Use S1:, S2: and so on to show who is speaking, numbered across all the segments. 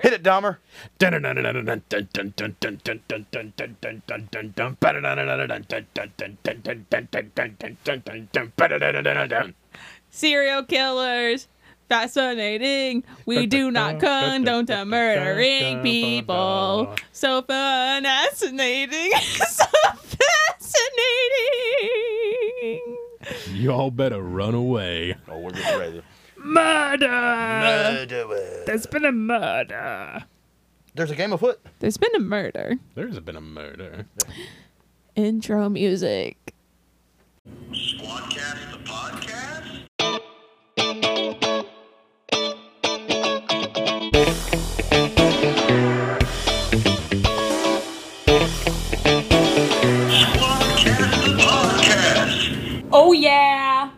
S1: Hit it, Dahmer.
S2: Serial killers. Fascinating. We do not condone to murdering people. So fascinating. so fascinating.
S3: Y'all better run away.
S1: Oh, we're getting ready.
S4: Murder!
S1: Murder.
S4: There's been a murder.
S1: There's a game afoot.
S2: There's been a murder.
S3: There's been a murder.
S2: Intro music.
S5: Squadcast the podcast? Squadcast the podcast.
S2: Oh, yeah.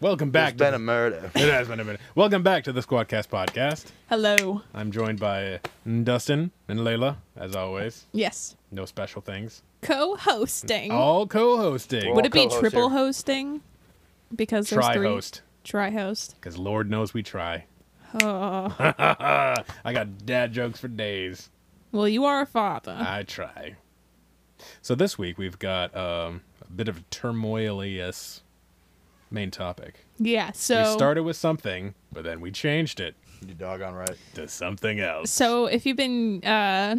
S3: Welcome back.
S1: There's
S3: to
S1: been a murder.
S3: the- it has been a minute. Welcome back to the Squadcast podcast.
S2: Hello.
S3: I'm joined by Dustin and Layla, as always.
S2: Yes.
S3: No special things.
S2: Co hosting.
S3: All co-hosting.
S1: Well,
S2: Would it be
S1: co-host
S2: triple
S1: here.
S2: hosting? Because there's
S3: try
S2: three.
S3: host,
S2: Tri host.
S3: because Lord knows we try.
S2: Oh.
S3: I got dad jokes for days.
S2: well, you are a
S4: Ah.
S2: father.
S3: I try. So this week we've got um, a bit of a turmoilious main topic.
S2: Yeah. So.
S3: we started with something, but then we changed it
S1: You doggone right.
S3: to something else.
S2: So, if you've been uh,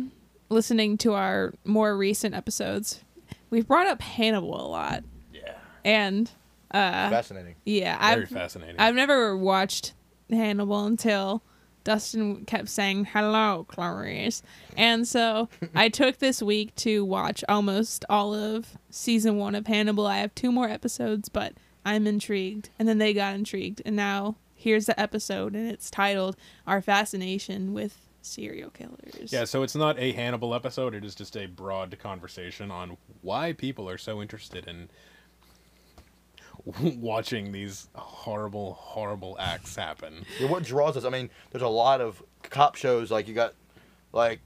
S2: listening to our more recent episodes, we've brought up Hannibal a lot,
S3: yeah,
S2: and Uh.
S1: Fascinating.
S2: yeah,
S3: very
S2: I've
S3: fascinating.
S2: I've never watched Hannibal until Dustin kept saying "Hello, Clarice," and so I took this week to watch almost all of season one of Hannibal. I have two more episodes, but I'm intrigued, and then they got intrigued, and now here's the episode, and it's titled "Our Fascination with." Serial killers.
S3: Yeah, so it's not a Hannibal episode. It is just a broad conversation on why people are so interested in watching these horrible, horrible acts happen.
S1: Yeah, what draws us? I mean, there's a lot of cop shows like you got, like,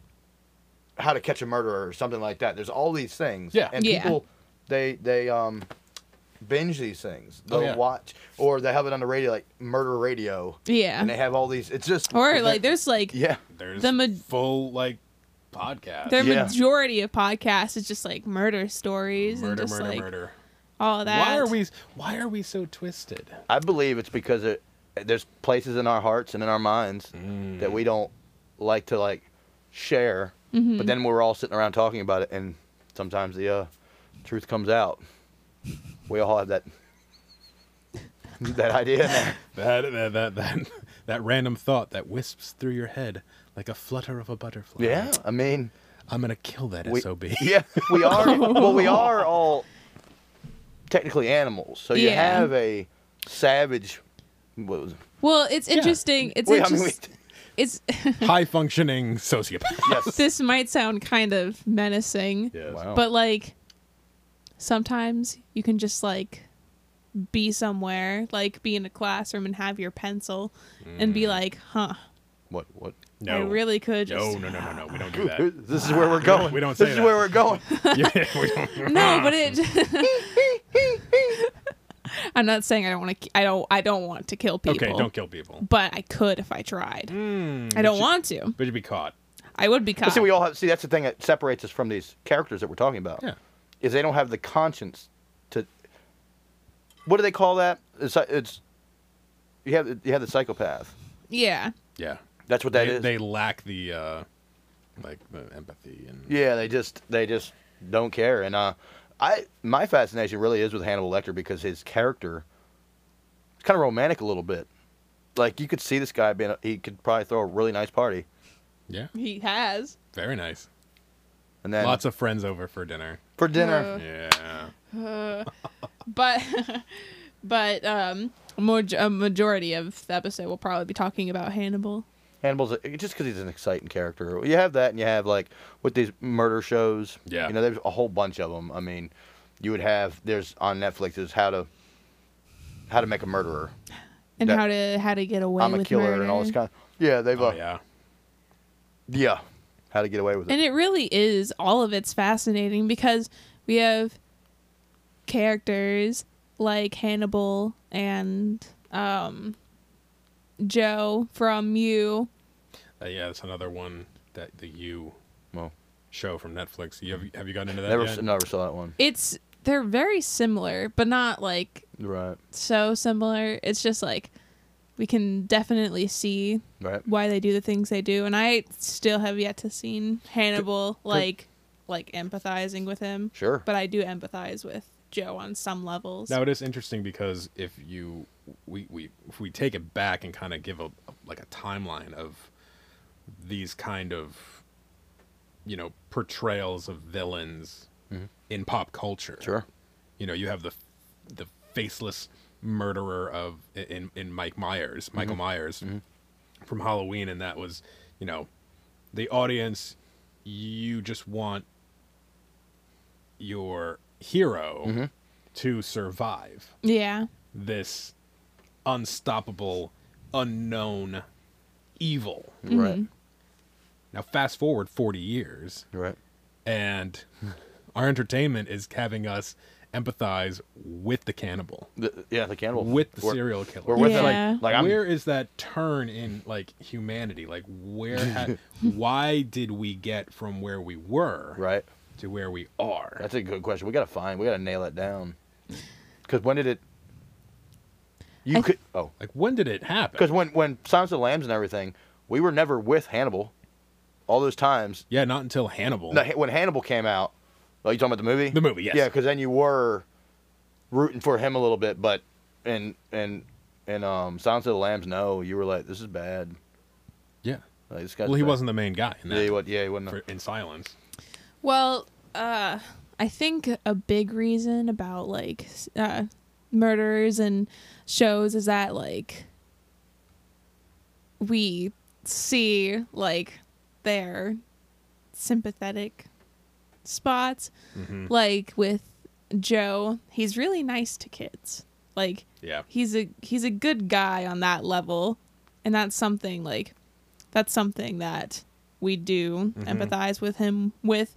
S1: How to Catch a Murderer or something like that. There's all these things.
S3: Yeah.
S1: And
S2: Yeah.
S1: people, they they um, binge these things. They'll
S3: Oh, yeah.
S1: watch or they have it on the radio like Murder Radio,
S2: Yeah.
S1: and they have all these. It's just
S2: or like there's like
S1: yeah.
S3: There's
S2: The ma-
S3: full like podcast.
S2: the
S1: Yeah.
S2: majority of podcasts is just like murder stories and
S3: murder,
S2: just
S3: murder,
S2: like
S3: murder.
S2: all that.
S3: Why are we? Why are we so twisted?
S1: I believe it's because it, there's places in our hearts and in our minds that we don't like to like share,
S2: Mm-hmm.
S1: but then we're all sitting around talking about it, and sometimes the uh, truth comes out. We all have that that idea. in there.
S3: That that that that, that random thought that wisps through your head like a flutter of a butterfly.
S1: Yeah, I mean,
S3: I'm gonna kill that
S1: we,
S3: sob.
S1: yeah, we are. well, we are all technically animals, so you
S2: Yeah.
S1: have a savage. What was it?
S2: Well, it's interesting. It's
S1: Wait, I mean,
S2: interesting. It's
S3: High functioning sociopath.
S1: yes.
S2: this might sound kind of menacing,
S3: Yes.
S1: Wow.
S2: but like sometimes you can just like be somewhere, like be in a classroom and have your pencil and be like, "Huh,
S1: what? What?
S3: Mm. No.
S2: I really could
S3: No,
S2: just
S3: no, no, no, no. We don't do that.
S1: This is where we're going.
S3: we don't
S1: This
S3: say
S1: is
S3: that.
S1: where we're going.
S3: yeah, we don't.
S2: no, but it. I'm not saying I don't want to. I don't. I don't want to kill people.
S3: Okay, don't kill people.
S2: But I could if I tried. I don't want to.
S3: Hmm, But you'd be caught.
S2: I would be
S1: Mm, But
S2: caught.
S1: see, we all have. See, that's the thing that separates us from these characters that we're talking about.
S3: Yeah.
S1: Is they don't have the conscience to. What do they call that? It's, it's you have you have the psychopath.
S2: yeah.
S3: Yeah.
S1: That's what that
S3: they,
S1: is.
S3: they lack the uh like the empathy and
S1: yeah, they just they just don't care. And uh, I my fascination really is with Hannibal Lecter because his character, it's kind of romantic a little bit. Like you could see this guy being a, he could probably throw a really nice party,
S3: yeah.
S2: He has.
S3: Very nice.
S1: and then
S3: Lots of friends over for dinner.
S1: for dinner.
S2: Uh,
S3: Yeah.
S2: but but um more a majority of the episode will probably be talking about Hannibal.
S1: Hannibal's a, just because he's an exciting character. You have that, and you have like with these murder shows.
S3: Yeah.
S1: You know, there's a whole bunch of them. I mean, you would have there's on Netflix is how to how to make a murderer.
S2: And
S1: That-
S2: how to how to get away
S1: I'm a
S2: with
S1: killer
S2: murder.
S1: and all this kind. Of, yeah, they've.
S3: Oh
S1: uh, yeah.
S3: yeah.
S1: How to get away with it.
S2: And it really is all of it's fascinating because we have characters like Hannibal and um Joe from you
S3: Uh, yeah, that's another one that the you
S1: Well,
S3: show from Netflix. You have, have you gotten into that?
S1: never
S3: yet?
S1: s- never saw that one.
S2: It's they're very similar, but not like
S1: Right,
S2: so similar. It's just like we can definitely see
S1: right.
S2: why they do the things they do, and I still have yet to seen Hannibal like like empathizing with him.
S1: Sure.
S2: But I do empathize with Joe on some levels.
S3: Now it is interesting because if you we we if we take it back and kind of give a like a timeline of these kind of you know portrayals of villains in pop culture.
S1: Sure.
S3: You know, you have the the faceless murderer of in in Mike Myers, Michael Myers from Halloween and that was, you know, the audience you just want your hero to survive
S2: yeah.
S3: this unstoppable, unknown evil.
S2: Mm-hmm.
S1: Right.
S3: Now, fast forward 40 years,
S1: Right.
S3: and our entertainment is having us empathize with the cannibal,
S1: The, yeah, the cannibal.
S3: with the
S1: We're-
S3: serial
S1: We're
S3: killer.
S1: with
S2: Yeah.
S1: it. Like, like I'm.
S3: where is that turn in like humanity? Like where? Ha- why did we get from where we were
S1: Right.
S3: to where we are?
S1: That's a good question. We gotta find. We gotta nail it down. Because when did it? You
S2: I-
S1: could. Oh.
S3: like when did it happen?
S1: Because when when Silence of the Lambs and everything, we were never with Hannibal. All those times.
S3: yeah, not until Hannibal.
S1: No, when Hannibal came out. Are you talking about the movie?
S3: The movie, yes.
S1: Yeah, because then you were rooting for him a little bit, but and and and um, Silence of the Lambs. No, you were like, this is bad.
S3: yeah.
S1: Like, this guy's
S3: Well, he
S1: bad.
S3: wasn't the main guy in that.
S1: Yeah, he was. Yeah, he wasn't.
S3: for, in silence.
S2: Well, uh, I think a big reason about like s- uh, murders and shows is that like we see like their sympathetic spots. Like with Joe, he's really nice to kids. Like
S3: Yeah.
S2: he's a he's a good guy on that level and that's something like that's something that we do
S1: Mm-hmm.
S2: empathize with him with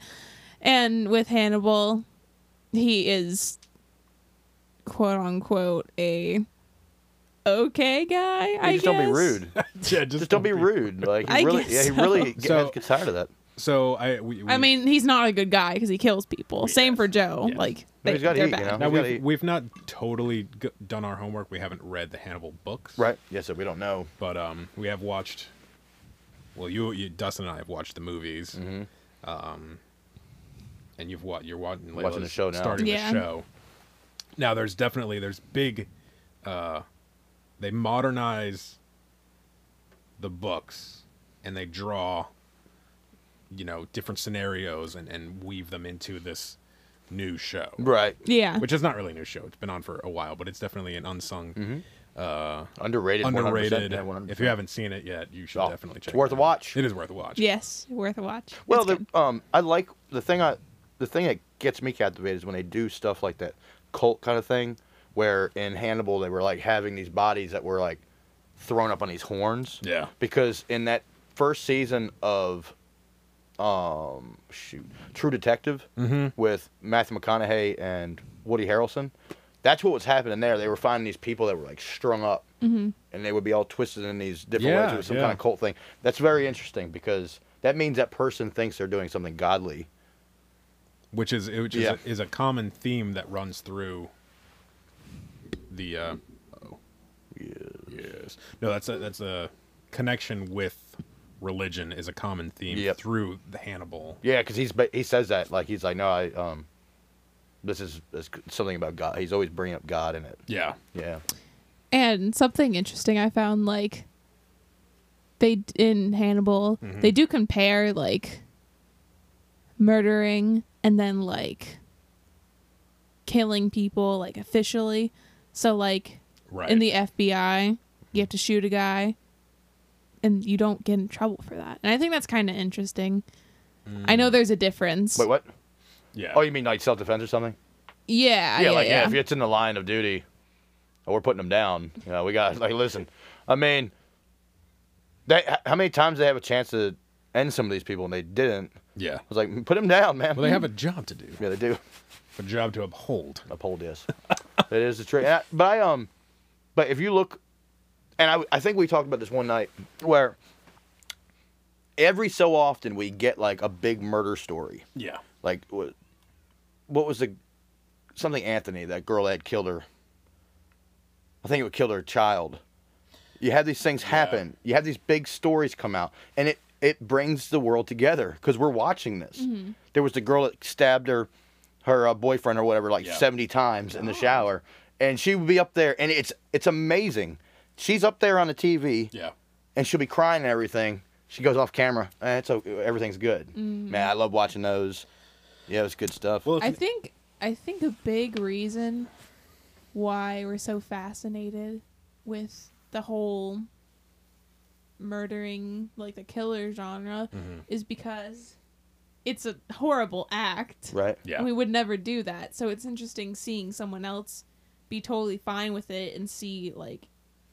S2: and with hannibal he is quote unquote a okay guy
S1: You
S2: i
S1: just
S2: guess
S1: don't be rude.
S3: yeah
S1: Just don't be rude. Like he
S2: I
S1: really,
S2: guess
S1: yeah, he
S2: so.
S1: really g-
S3: So-
S1: gets tired of that.
S3: So I we, we
S2: i mean he's not a good guy because he kills people same for joe
S3: Yes.
S2: like
S1: But
S2: they,
S1: he's gotta
S2: they're
S1: eat, you
S2: bad
S1: know?
S3: now
S1: we
S3: we've
S1: gotta eat.
S3: we've not totally g- done our homework. We haven't read the Hannibal books,
S1: Right. Yeah. So we don't know.
S3: But um, we have watched. Well, you, you Dustin and I have watched the movies,
S1: Mm-hmm.
S3: um, and you've what you're watching
S1: Watching the
S3: Layla's
S1: show now.
S3: starting
S2: Yeah.
S3: the show. Now there's definitely there's big. Uh, they modernize the books, and they draw you know different scenarios and and weave them into this new show
S1: Right.
S2: yeah
S3: which is not really a new show it's been on for a while but it's definitely an unsung
S1: Mm-hmm. Underrated. 100%.
S3: underrated
S1: Yeah, 100%.
S3: if you haven't seen it yet you should
S1: Oh,
S3: definitely
S1: it's
S3: check
S1: worth
S3: it
S1: a
S3: out.
S1: watch.
S3: it is worth a watch
S2: yes worth a watch
S1: Well,
S2: It's
S1: the,
S2: good.
S1: um, I like the thing. I the thing that gets me captivated is when they do stuff like that cult kind of thing, where in Hannibal they were like having these bodies that were like thrown up on these horns.
S3: yeah
S1: Because in that first season of, um, shoot, True Detective
S3: Mm-hmm.
S1: with Matthew McConaughey and Woody Harrelson, that's what was happening there. They were finding these people that were like strung up, and they would be all twisted in these different ways.
S3: Yeah,
S1: It was some
S3: yeah.
S1: kind of cult thing. That's very interesting because that means that person thinks they're doing something godly.
S3: which is which is,
S1: Yeah.
S3: a, is a common theme that runs through the uh oh yes no that's a that's a connection with religion is a common theme
S1: Yep.
S3: through the hannibal
S1: Yeah, because he's ba- he says that like he's like no I um, this is, this is something about God. He's always bringing up God in it.
S3: yeah
S1: Yeah.
S2: And something interesting I found like they d- in Hannibal,
S1: Mm-hmm.
S2: they do compare like murdering and then like killing people like officially. So like
S3: right
S2: in the FBI, you have to shoot a guy and you don't get in trouble for that. And I think that's kind of interesting. I know there's a difference.
S1: Mm. Wait, what?
S3: yeah
S1: Oh, you mean like self defense or something?
S2: Uh, Yeah,
S1: yeah, like if it's in the line of duty, uh, we're putting them down. You know, we got like listen. I mean, they h- how many times they have a chance to end some of these people and they didn't? I
S3: yeah
S1: was like, hmm. put them down, man.
S3: well they have a job to do
S1: yeah, they do
S3: a job to uphold
S1: uphold this. that is the trick. And I- But I um, but if you look, and I I think we talked about this one night where every so often we get like a big murder story.
S3: Yeah.
S1: Like wha- what was the something Anthony that girl that had killed her. I think it would kill her child. You have these things happen. You have these big stories come out, and it it brings the world together because we're watching this. There was the girl that stabbed her her uh, boyfriend or whatever like
S3: Yeah.
S1: seventy times in the shower, and she would be up there, and it's it's amazing. She's up there on the TV
S3: Yeah.
S1: and she'll be crying and everything. She goes off camera. Eh, it's okay. Everything's good.
S2: Mm-hmm.
S1: Man, I love watching those. Yeah, it's good stuff.
S3: Well, if
S2: I
S3: you-
S2: think I think a big reason why we're so fascinated with the whole murdering like the killer genre
S1: Mm-hmm.
S2: is because it's a horrible act.
S1: right?
S3: yeah.
S2: And we would never do that. So it's interesting seeing someone else be totally fine with it and see like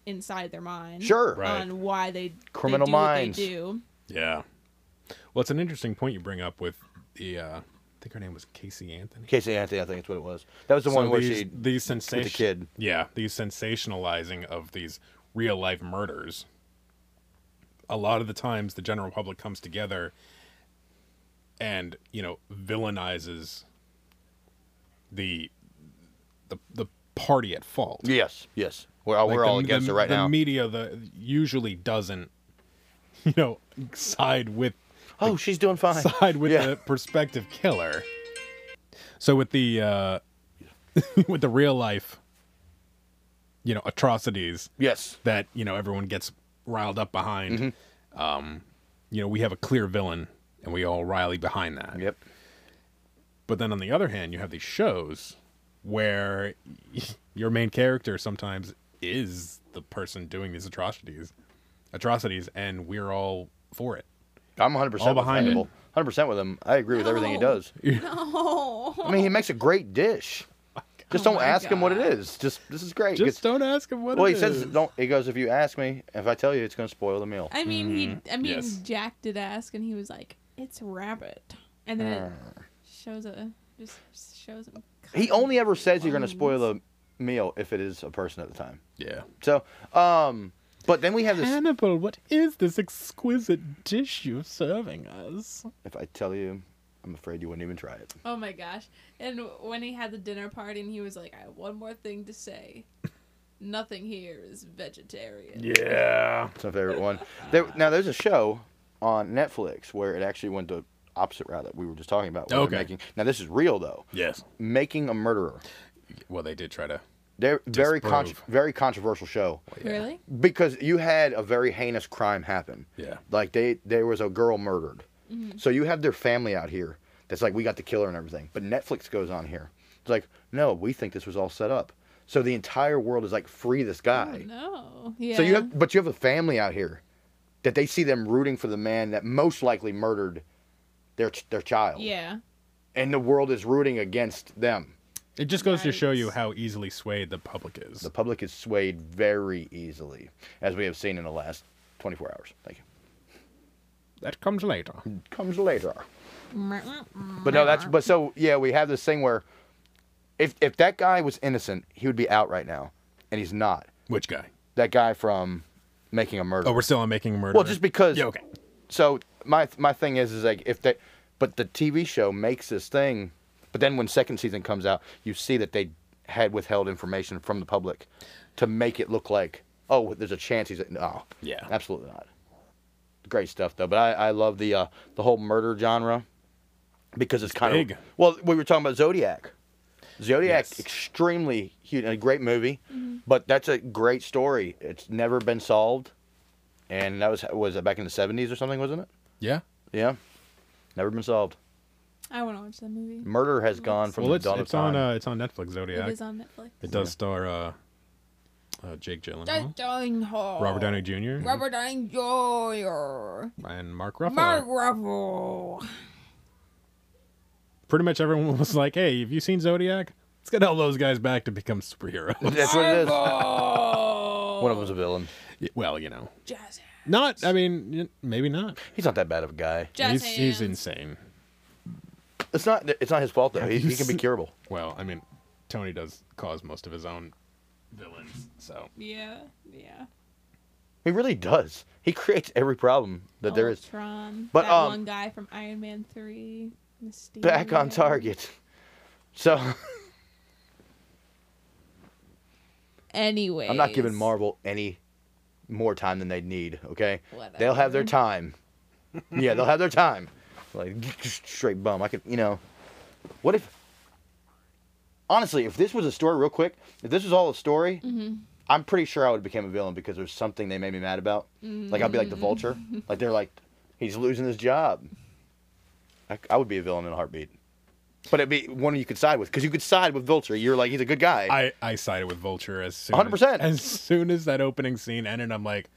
S2: inside their mind.
S1: Sure.
S3: Right.
S2: On why they
S1: Criminal
S2: they do
S1: minds.
S2: What they do.
S3: Yeah. Well, it's an interesting point you bring up with the. Uh, I think her name was Casey Anthony.
S1: Casey Anthony, I think that's what it was. That was the
S3: So
S1: one where
S3: these,
S1: she.
S3: these sensation,
S1: kid.
S3: Yeah, the sensationalizing of these real life murders. A lot of the times, the general public comes together and you know villainizes the the the party at fault.
S1: Yes, yes. We're all,
S3: Like,
S1: we're
S3: the-
S1: all against
S3: the,
S1: it right
S3: the
S1: now.
S3: media the usually doesn't you know side with
S1: oh, she's doing fine.
S3: side with
S1: Yeah.
S3: the prospective killer. So with the uh, with the real life, you know, atrocities
S1: Yes.
S3: that you know everyone gets riled up behind. Um,
S1: Mm-hmm.
S3: you know, we have a clear villain, and we all rally behind that.
S1: Yep.
S3: But then on the other hand, you have these shows where your main character sometimes is the person doing these atrocities, atrocities, and we're all for it.
S1: I'm 100%
S3: All
S1: with
S3: behind
S1: Hannibal. 100% with him. I agree with everything he
S2: No.
S1: does.
S2: Oh.
S1: I mean, he makes a great dish. Just
S2: Oh
S1: don't
S2: my
S1: ask him what it
S2: God.
S1: is. Just this is great.
S3: Just
S1: It's-
S3: don't ask him what
S1: well,
S3: it
S1: he says
S3: is.
S1: don't. He goes, if you ask me, if I tell you, it's going to spoil the meal.
S2: I mean, he. I mean,
S3: yes.
S2: Jack did ask, and he was like, "It's rabbit," and then it shows a just shows him.
S1: He only ever says you're going to
S2: Bones.
S1: spoil the meal if it is a person at the time.
S3: Yeah.
S1: So, um, but then we have this.
S6: Hannibal, what is this exquisite dish you're serving us?
S1: if I tell you, I'm afraid you wouldn't even try it.
S2: Oh my gosh! And when he had the dinner party, and he was like, "I have one more thing to say. Nothing here is vegetarian."
S3: Yeah.
S1: It's my favorite one. There, now there's a show on Netflix where it actually went the opposite route that we were just talking about. where they're
S3: Okay.
S1: Making, now this is real though.
S3: Yes.
S1: Making a murderer.
S3: Well, they did try to.
S1: They're very con-
S3: Disprove.
S1: very controversial show
S2: Really?
S1: because you had a very heinous crime happen.
S3: Yeah.
S1: Like they there was a girl murdered.
S2: Mm-hmm.
S1: So you have their family out here that's like we got the killer and everything. But Netflix goes on here. It's like, no, we think this was all set up. So the entire world is like free this guy.
S2: Oh, No. Yeah.
S1: So you have but you have a family out here that they see them rooting for the man that most likely murdered their ch- their child.
S2: Yeah.
S1: And the world is rooting against them.
S3: It just goes to show you
S2: Yikes.
S3: how easily swayed the public is.
S1: The public is swayed very easily, as we have seen in the last 24 hours. Thank you.
S3: That comes later.
S1: Comes later. But no, that's but so yeah, we have this thing where if if that guy was innocent, he would be out right now, and he's not.
S3: Which guy?
S1: That guy from making a murder.
S3: Oh, we're still on making a murder.
S1: well, just because.
S3: Yeah, okay.
S1: So my my thing is is like if they, but the TV show makes this thing, but then when second season comes out, you see that they had withheld information from the public to make it look like oh, there's a chance he's no.
S3: Yeah.
S1: Absolutely not. Great stuff though, but I, I love the uh, the whole murder genre because it's kind
S3: big.
S1: of well we were talking about Zodiac. Zodiac
S3: Yes.
S1: extremely huge and a great movie,
S3: Mm-hmm.
S1: but that's a great story. It's never been solved, and that was was that back in the seventies or something, wasn't it?
S3: Yeah.
S1: Yeah, never been solved.
S2: I want to watch that movie.
S1: Murder has gone from
S3: Well,
S1: the
S3: it's
S1: dawn
S3: it's
S1: of time.
S3: on uh, it's on Netflix. Zodiac.
S2: It is on Netflix.
S3: It does star uh, uh, Jake Gyllenhaal, Robert Downey Jr.,
S2: Robert Downey Jr.
S3: and Mark Ruffalo.
S2: Mark Ruffalo.
S3: Pretty much everyone was like, "Hey, have you seen Zodiac? Let's get all those guys back to become superheroes."
S1: that's what it is.
S2: Oh.
S1: One of them's a villain.
S3: well, you know,
S2: Jazz
S3: not. I mean, y- maybe not.
S1: He's not that bad of a guy.
S2: Jazz
S3: he's he's
S2: hands.
S3: insane.
S1: It's not. It's not his fault though. He,
S3: you
S1: he can be
S3: seen-
S1: curable.
S3: Well, I mean, Tony does cause most of his own villains, so
S2: Yeah, yeah.
S1: He really does. He creates every problem that there is.
S2: Ultron,
S1: But,
S2: that
S1: um,
S2: one guy from Iron Man three.
S3: Oh,
S2: Mysterio.
S1: Back on target. So
S2: Anyway,
S1: I'm not giving Marvel any more time than they need. Okay, they'll have their
S2: Whatever.
S1: time. yeah, they'll have their time. Like straight bum. I could, you know. What if? Honestly, if this was a story, real quick, if this was all a story, I'm pretty sure I would have become a villain because there's something they made me mad about. Like I'd be like the Vulture. Like they're like, he's losing his job. I, I would be a villain in a heartbeat. But it'd be one you could side with because you could side with Vulture. You're like, he's a good guy.
S7: I, I sided with Vulture as soon
S1: 100%.
S7: as soon as that opening scene ended. I'm like,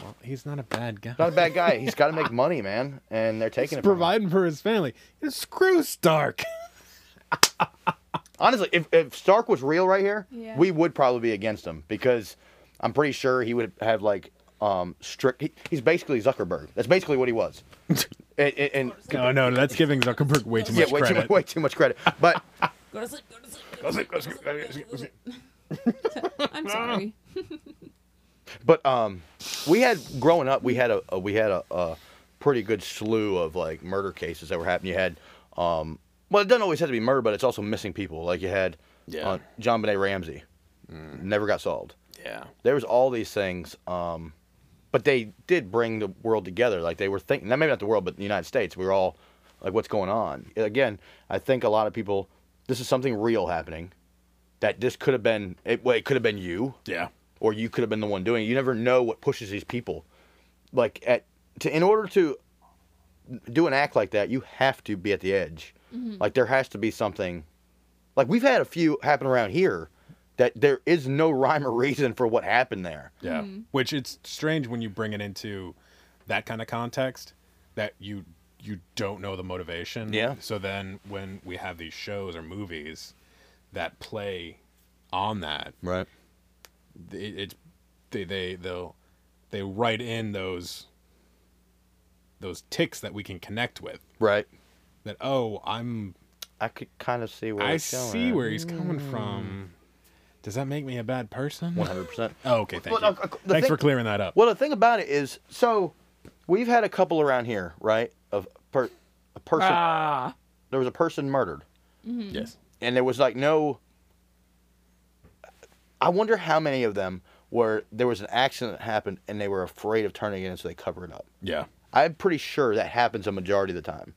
S7: well, he's not a bad guy.
S1: Not a bad guy. He's got to make money, man, and they're taking
S3: He's
S1: it. From him.
S3: providing for his family. Screw Stark.
S1: Honestly, if, if Stark was real right here,
S2: Yeah.
S1: we would probably be against him because I'm pretty sure he would have like um strict. He, he's basically Zuckerberg. That's basically what he was. and and, and-
S7: No, Oh, no, that's giving Zuckerberg way too
S1: yeah,
S7: much
S1: way too,
S7: credit.
S1: much, way too much credit. But
S2: Go to sleep. Go to sleep.
S7: Go sleep, go sleep, go sleep, go sleep.
S2: I'm sorry.
S1: but um, we had growing up, we had a, a we had a, a pretty good slew of like murder cases that were happening. You had um, well, it doesn't always have to be murder, but it's also missing people. Like you had
S8: Yeah.
S1: uh, John Benet Ramsey,
S7: Mm.
S1: never got solved.
S8: Yeah.
S1: there was all these things um, but they did bring the world together like they were thinking not maybe not the world but the united states we were all like what's going on again i think a lot of people this is something real happening that this could have been it, well, it could have been you
S7: Yeah.
S1: or you could have been the one doing it. You never know what pushes these people. Like at to in order to do an act like that, you have to be at the edge.
S7: Mm-hmm.
S1: Like there has to be something. Like we've had a few happen around here that there is no rhyme or reason for what happened there.
S7: Yeah. Which it's strange when you bring it into that kind of context that you you don't know the motivation.
S1: Yeah.
S7: So then when we have these shows or movies that play on that,
S1: Right.
S7: it, it's they they they'll they write in those those ticks that we can connect with.
S1: Right.
S7: That oh, I'm
S1: I could kind of see where
S7: I
S1: it's going
S7: see
S1: at.
S7: where he's coming
S1: Mm.
S7: from. Does that make me a bad person?
S1: 100%.
S7: Oh, okay, thank
S1: Well,
S7: you.
S1: no, the
S7: Thanks
S1: thing-
S7: for clearing that up.
S1: Well, the thing about it is, so we've had a couple around here, right? Of per, a person.
S7: Ah.
S1: There was a person murdered. Hmm.
S7: Yes.
S1: and there was like no I wonder how many of them were there was an accident that happened and they were afraid of turning it in so they cover it up.
S7: Yeah.
S1: I'm pretty sure that happens a majority of the time.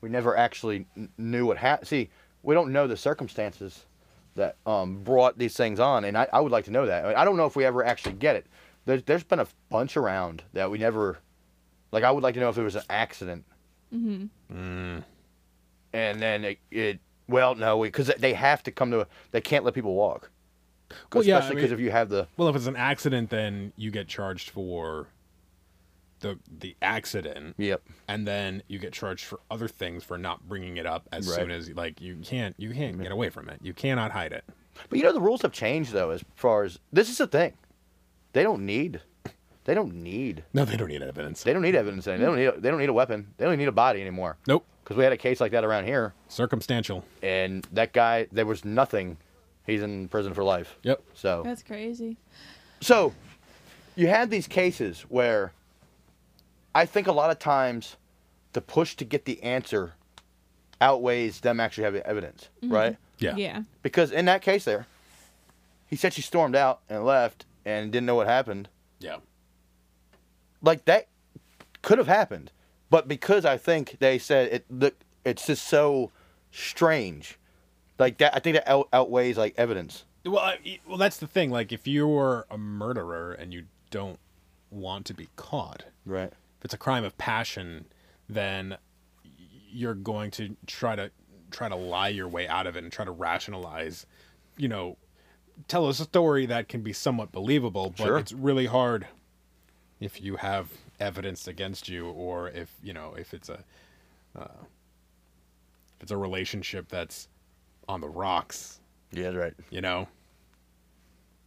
S1: We never actually kn- knew what happened. See, we don't know the circumstances that um, brought these things on, and I, I would like to know that. I, I don't know if we ever actually get it. There's, there's been a bunch around that we never, like, I would like to know if it was an accident.
S7: Mm.
S1: Mm-hmm. And then it, it well, no, because they have to come to, a, they can't let people walk.
S7: Well, yeah, I
S1: Especially because
S7: mean-
S1: if you have the,
S7: Well, if it's an accident, then you get charged for the the accident,
S1: yep,
S7: and then you get charged for other things for not bringing it up as
S1: Right.
S7: soon as like you can't you can't get away from it. You cannot hide it.
S1: But you know the rules have changed though, as far as this is the thing. They don't need. They don't need.
S7: No, they don't need evidence.
S1: They don't need evidence. They don't need. A, they don't need a weapon. They don't need a body anymore.
S7: nope,
S1: Because we had a case like that around here,
S7: circumstantial.
S1: and that guy, there was nothing. He's in prison for life.
S7: Yep.
S1: So.
S2: That's crazy.
S1: So, you had these cases where I think a lot of times the push to get the answer outweighs them actually having evidence, right?
S7: Yeah.
S2: Yeah.
S1: Because in that case, there, he said she stormed out and left and didn't know what happened.
S7: Yeah.
S1: like that could have happened, but because I think they said it look, it's just so strange. Like that, I think that out, outweighs like evidence.
S7: Well, I, e- well, that's the thing. Like, if you're a murderer and you don't want to be caught,
S1: Right.
S7: if it's a crime of passion, then y- you're going to try to try to lie your way out of it and try to rationalize, you know, tell a story that can be somewhat believable, but
S1: Sure.
S7: it's really hard if you have evidence against you or if, you know, if it's a uh, if it's a relationship that's on the rocks,
S1: Yeah, that's right.
S7: you know.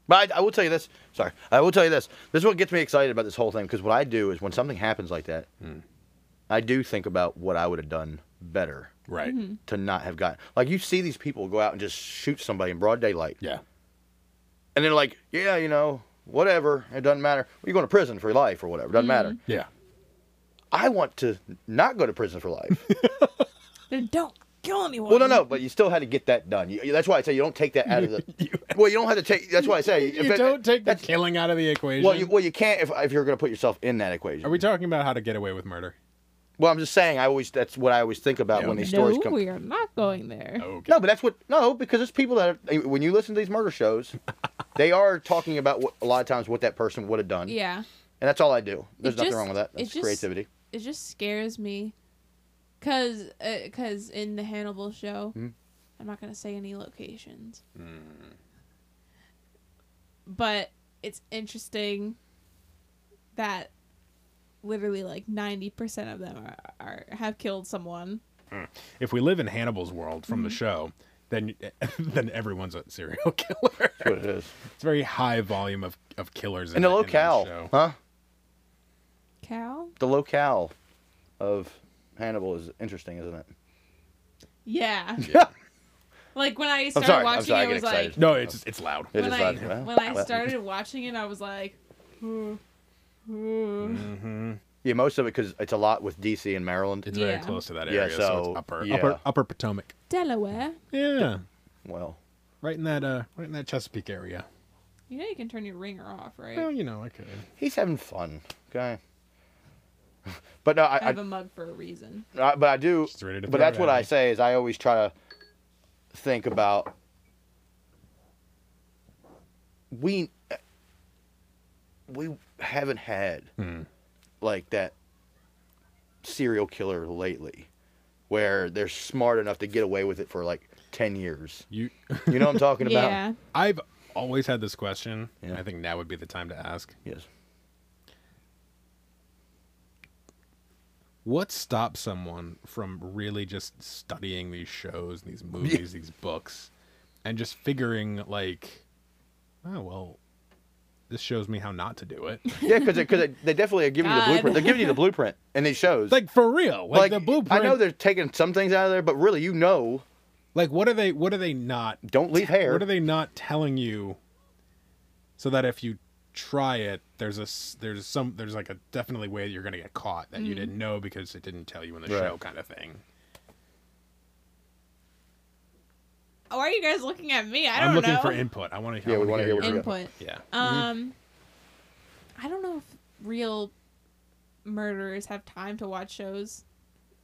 S1: But I, I will tell you this. Sorry, I will tell you this. This is what gets me excited about this whole thing because what I do is when something happens like that, I do think about what I would have done better
S7: Right.
S1: to not have gotten. Like you see these people go out and just shoot somebody in broad daylight,
S7: Yeah.
S1: and they're like, "Yeah, you know, whatever. It doesn't matter. You're going to prison for life or whatever. Doesn't matter.
S7: Yeah.
S1: I want to not go to prison for life.
S2: Then don't kill anyone.
S1: well, no, no, but you still had to get that done. You, you- that's why I say you don't take that out of the. well, you don't have to take. That's why I say if
S3: You
S1: it-
S3: don't take the
S1: that's-
S3: killing out of the equation.
S1: Well, you, well, you can't if, if you're going to put yourself in that equation.
S7: Are we talking about how to get away with murder?
S1: well, I'm just saying. I always that's what I always think about when these stories
S2: No,
S1: come.
S2: we are not going there.
S7: Okay.
S1: No, but that's what no, because there's people that are, when you listen to these murder shows, they are talking about what, a lot of times what that person would have done.
S2: Yeah.
S1: and that's all I do. There's
S2: It
S1: nothing
S2: just-
S1: wrong with that.
S2: it
S1: That's
S2: just-
S1: creativity.
S2: It just scares me. Cause, uh, cause in the Hannibal show,
S1: Hmm?
S2: I'm not gonna say any locations. But it's interesting that literally like 90% of them are, are have killed someone.
S7: If we live in Hannibal's world from the show, then then everyone's a serial killer.
S1: That's what it is.
S7: It's a very high volume of, of killers in,
S1: And the
S7: that- in that
S1: locale,
S7: show.
S1: huh?
S2: Cow?
S1: The locale of Hannibal is interesting, isn't it?
S2: Yeah.
S1: Yeah.
S2: Like when I
S1: I'm
S2: started
S1: sorry. I'm
S2: watching
S1: sorry. I
S2: it, I
S1: get
S2: was like,
S1: excited.
S7: No, it's it's loud.
S1: It
S2: when
S1: is
S2: I,
S1: loud.
S2: when I
S1: Well,
S2: started watching it, I was like, "Ooh, ooh."
S1: Yeah, most of it because it's a lot with DC and Maryland.
S7: It's
S2: Yeah.
S7: very close to that
S1: Yeah,
S7: area, so,
S1: so,
S7: it's upper,
S1: yeah.
S7: upper upper Potomac.
S2: Delaware.
S7: Yeah,
S1: well,
S7: right in that uh, right in that Chesapeake area.
S2: You know you can turn your ringer off, right?
S7: Well, you know, I could.
S1: he's having fun. Okay. But no, I,
S2: I
S1: I,
S2: have a mug for a reason.
S1: I- but I do.
S7: Just ready to
S1: But
S7: throw
S1: that's
S7: it
S1: what
S7: at
S1: I
S7: me.
S1: say is I always try to think about we we haven't had
S7: Hmm.
S1: like that serial killer lately where they're smart enough to get away with it for like 10 years.
S7: You,
S1: You know what I'm talking about?
S2: Yeah.
S7: I've always had this question. and
S1: Yeah.
S7: I think now would be the time to ask.
S1: Yes.
S7: What stops someone from really just studying these shows, these movies, these books, and just figuring like, oh well, this shows me how not to do it.
S1: Yeah, because because they definitely are giving you the
S2: God.
S1: blueprint. They're giving you the blueprint in these shows.
S7: like for real, like, the
S1: I
S7: blueprint.
S1: know they're taking some things out of there, but really, you know,
S7: Like what are they? What are they not?
S1: don't leave hair.
S7: What are they not telling you? So that if you try it, there's a s- there's some there's like a definitely way that you're gonna get caught that you didn't know because it didn't tell you in the
S1: Mm-hmm. Right.
S7: show, kind of thing.
S2: Oh, Why are you guys looking at me? I don't
S7: I'm looking
S2: know.
S7: for input. I want to.
S1: Yeah,
S7: I
S1: we
S7: want
S1: wanna
S7: to
S1: hear
S7: hear
S1: what
S7: your-
S1: you
S2: input.
S7: Yeah. Mm-hmm.
S2: Um, I don't know if real murderers have time to watch shows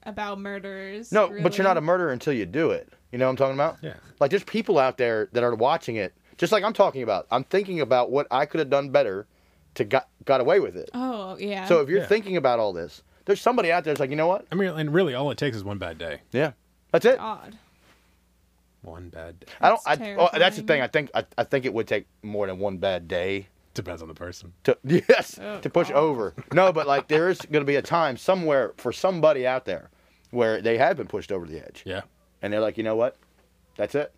S2: about murderers.
S1: No, but
S2: really.
S1: you're not a murderer until you do it. You know what I'm talking about?
S7: Yeah.
S1: Like there's people out there that are watching it, just like I'm talking about. I'm thinking about what I could have done better to got got away with it.
S2: Oh yeah.
S1: so if you're
S7: Yeah.
S1: thinking about all this, there's somebody out there that's like, you know what?
S7: I mean, and really, all it takes is one bad day.
S1: Yeah, that's it.
S2: God.
S7: One bad day.
S1: I don't.
S2: Oh, That's
S1: I, oh, that's the
S2: terrifying.
S1: thing. I think I, I think it would take more than one bad day
S7: Depends on the person.
S1: to yes
S2: Oh,
S1: to push
S2: God.
S1: over. No, but like there is going to be a time somewhere for somebody out there where they have been pushed over the edge.
S7: Yeah.
S1: and they're like, you know what, that's it.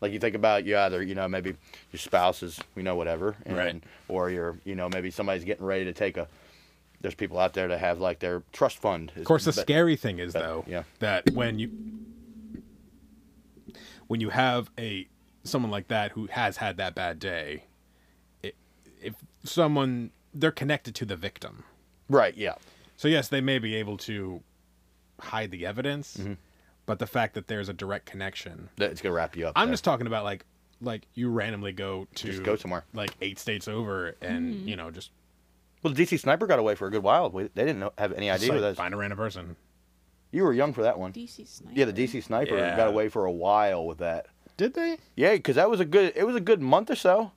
S1: Like you think about you either you know maybe your spouse is you know whatever, and,
S7: Right.
S1: Or you're you know maybe somebody's getting ready to take a. There's people out there that have like their trust fund.
S7: Of course, the scary thing is though
S1: yeah.
S7: that when you when you have a someone like that who has had that bad day, i if someone they're connected to the victim,
S1: Right. Yeah.
S7: so yes, they may be able to hide the evidence, but the fact that there's a direct connection,
S1: That's gonna wrap you up.
S7: I'm
S1: there.
S7: just talking about like like you randomly go to
S1: Just go somewhere.
S7: like eight states over and you know just,
S1: Well, the DC sniper got away for a good while. We, they didn't know, have any
S7: just,
S1: idea
S7: like,
S1: with us.
S7: find a random person.
S1: You were young for that one.
S2: DC sniper.
S1: Yeah, the DC sniper
S7: Yeah.
S1: got away for a while with that.
S3: Did they?
S1: Yeah, because that was a good. It was a good month or so.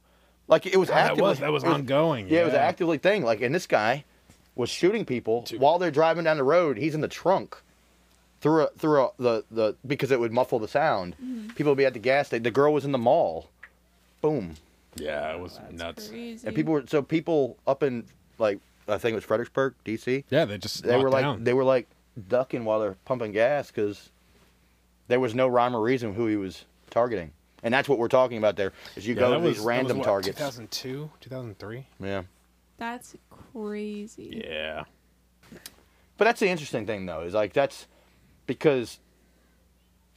S1: Like it was
S7: Oh, that
S1: actively.
S7: was that was
S1: it
S7: ongoing.
S1: Yeah, it was an actively thing. Like, and this guy was shooting people while they're driving down the road. He's in the trunk through a, through a, the the because it would muffle the sound. People would be at the gas station. The girl was in the mall. Boom.
S7: Yeah, it was
S2: That's
S7: nuts.
S2: Crazy.
S1: And people were so people up in like I think it was Fredericksburg, D.C.
S7: Yeah, they just
S1: They were like
S7: down.
S1: they were like ducking while they're pumping gas because there was no rhyme or reason who he was targeting. And that's what we're talking about there. Is you
S7: Yeah,
S1: go
S7: that
S1: to these
S7: was- that was
S1: random
S7: what,
S1: targets.
S7: 2002, 2003.
S1: Yeah.
S2: That's crazy.
S7: Yeah,
S1: But that's the interesting thing, though, is like that's because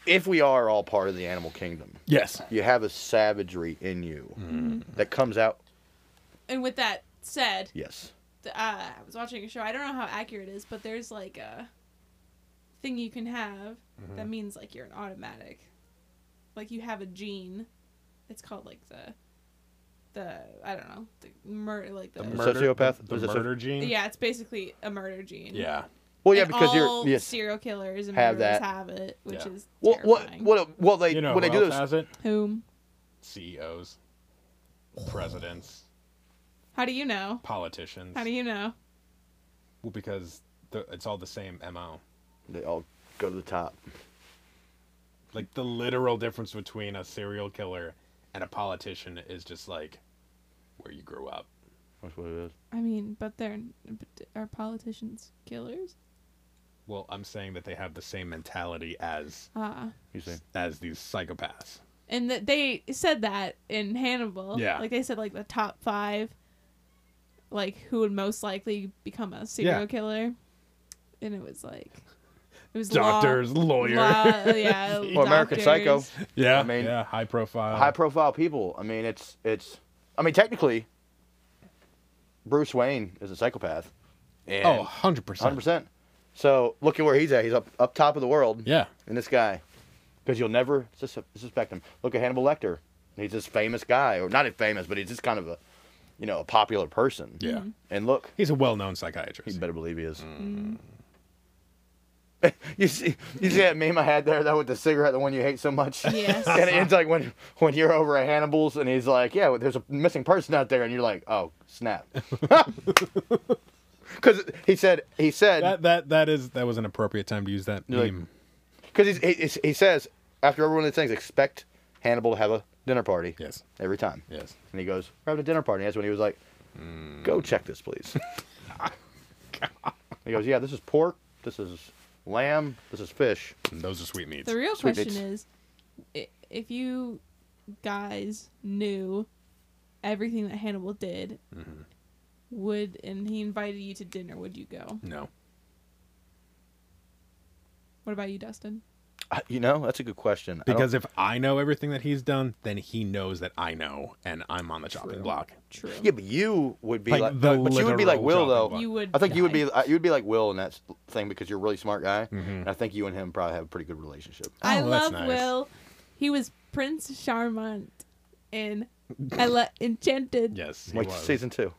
S1: if we are all part of the animal kingdom,
S7: yes,
S1: you have a savagery in you that comes out
S2: and with that said,
S1: Yes.
S2: th- uh, I was watching a show. I don't know how accurate it is, but there's like a thing you can have that means like you're an automatic, like you have a gene. It's called like the, the I don't know the murder like the,
S7: The
S1: mur- sociopath?
S7: The,
S1: Was it
S7: the
S1: soci-
S7: murder gene.
S2: yeah. It's basically a murder gene.
S7: Yeah.
S1: Well, yeah,
S2: And
S1: because
S2: all
S1: you're yes.
S2: serial killers and
S1: Have
S2: murderers
S1: that.
S2: have it, which
S7: Yeah.
S2: is
S1: Well, what
S2: terrifying.
S1: what well they
S7: You know
S1: when they
S7: who
S1: do
S7: else
S1: those
S7: has it?
S2: Whom?
S7: CEOs, presidents,
S2: How do you know?
S7: politicians.
S2: How do you know?
S7: Well, because the, it's all the same mo.
S1: they all go to the top.
S7: Like the literal difference between a serial killer and a politician is just like where you grew up.
S1: That's what it is.
S2: I mean, but they're but are politicians killers?
S7: Well, I'm saying that they have the same mentality as
S2: Ah.
S1: You see.
S7: as these psychopaths.
S2: and that they said that in Hannibal.
S7: Yeah.
S2: like they said, like the top five, like who would most likely become a serial
S7: Yeah.
S2: killer, and it was like it was law-
S7: Doctors,
S2: Uh, law,
S7: lawyers.
S2: yeah,
S1: Well, American Psycho,
S2: doctors.
S7: Yeah,
S1: I mean-
S7: yeah, high profile.
S1: high profile people. I mean, it's it's. I mean, technically, Bruce Wayne is a psychopath. And
S7: Oh, 100
S1: 100
S7: percent.
S1: percent. So look at where he's at. He's up up top of the world.
S7: Yeah,
S1: And this guy, because you'll never sus- suspect him. Look at Hannibal Lecter. He's this famous guy, or not famous, but he's just kind of a, you know, a popular person.
S7: yeah.
S1: And look,
S7: He's a well-known
S1: you
S7: psychiatrist.
S1: better believe he is. you see, you see that meme I had there, that with the cigarette, the one you hate so much.
S2: Yes.
S1: and it ends like when when you're over at Hannibal's and he's like, yeah, there's a missing person out there, and you're like, oh snap. Because he said he said
S7: That that that is that was an appropriate time to use that
S1: You're like-
S7: meme.
S1: because he, he he says after every one of these things, expect Hannibal to have a dinner party.
S7: Yes,
S1: Every time.
S7: yes.
S1: And he goes, We're having a dinner party. And that's when he was like,
S7: Mm.
S1: Go check this, please. he goes, Yeah, this is pork. This is lamb. This is fish.
S7: And those are sweet meats.
S2: The real
S1: Sweet
S2: question
S1: dates.
S2: is, i- if you guys knew everything that Hannibal did,
S1: Mm-hmm.
S2: would and he invited you to dinner, would you go?
S7: no,
S2: What about you, Dustin?
S1: Uh, You know, that's a good question. I don't-
S7: because if I know everything that he's done, then he knows that I know, and I'm on the chopping block.
S2: True.
S1: yeah, but you would be
S7: Like,
S1: like, uh,
S7: the
S1: but, but you would be
S7: literal
S1: like Will
S7: chopping
S1: though.
S7: block.
S2: You would.
S1: I think you would be
S2: die.
S1: uh, you would be like Will in that s- thing because you're a really smart guy,
S7: Mm-hmm.
S1: and I think you and him probably have a pretty good relationship.
S2: I
S7: Oh, that's
S2: love
S7: nice.
S2: Will. He was Prince Charmant in I le- Enchanted.
S7: Yes, he
S1: Wait,
S7: was.
S1: season two.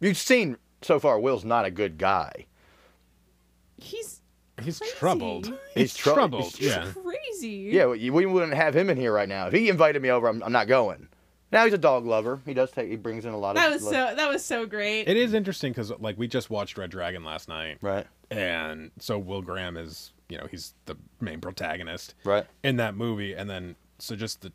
S1: You've seen so far. Will's not a good guy.
S2: He's
S7: He's
S2: Crazy.
S7: troubled.
S1: He's trou-
S7: troubled.
S1: he's
S7: yeah.
S2: crazy.
S1: Yeah, we we wouldn't have him in here right now. If he invited me over, I'm, I'm not going. Now he's a dog lover. He does take. He brings in a lot of.
S2: That was so.
S1: like-
S2: That was so great.
S7: It is interesting because like we just watched Red Dragon last night,
S1: Right.
S7: and so Will Graham is you know he's the main protagonist
S1: Right.
S7: in that movie, and then so just the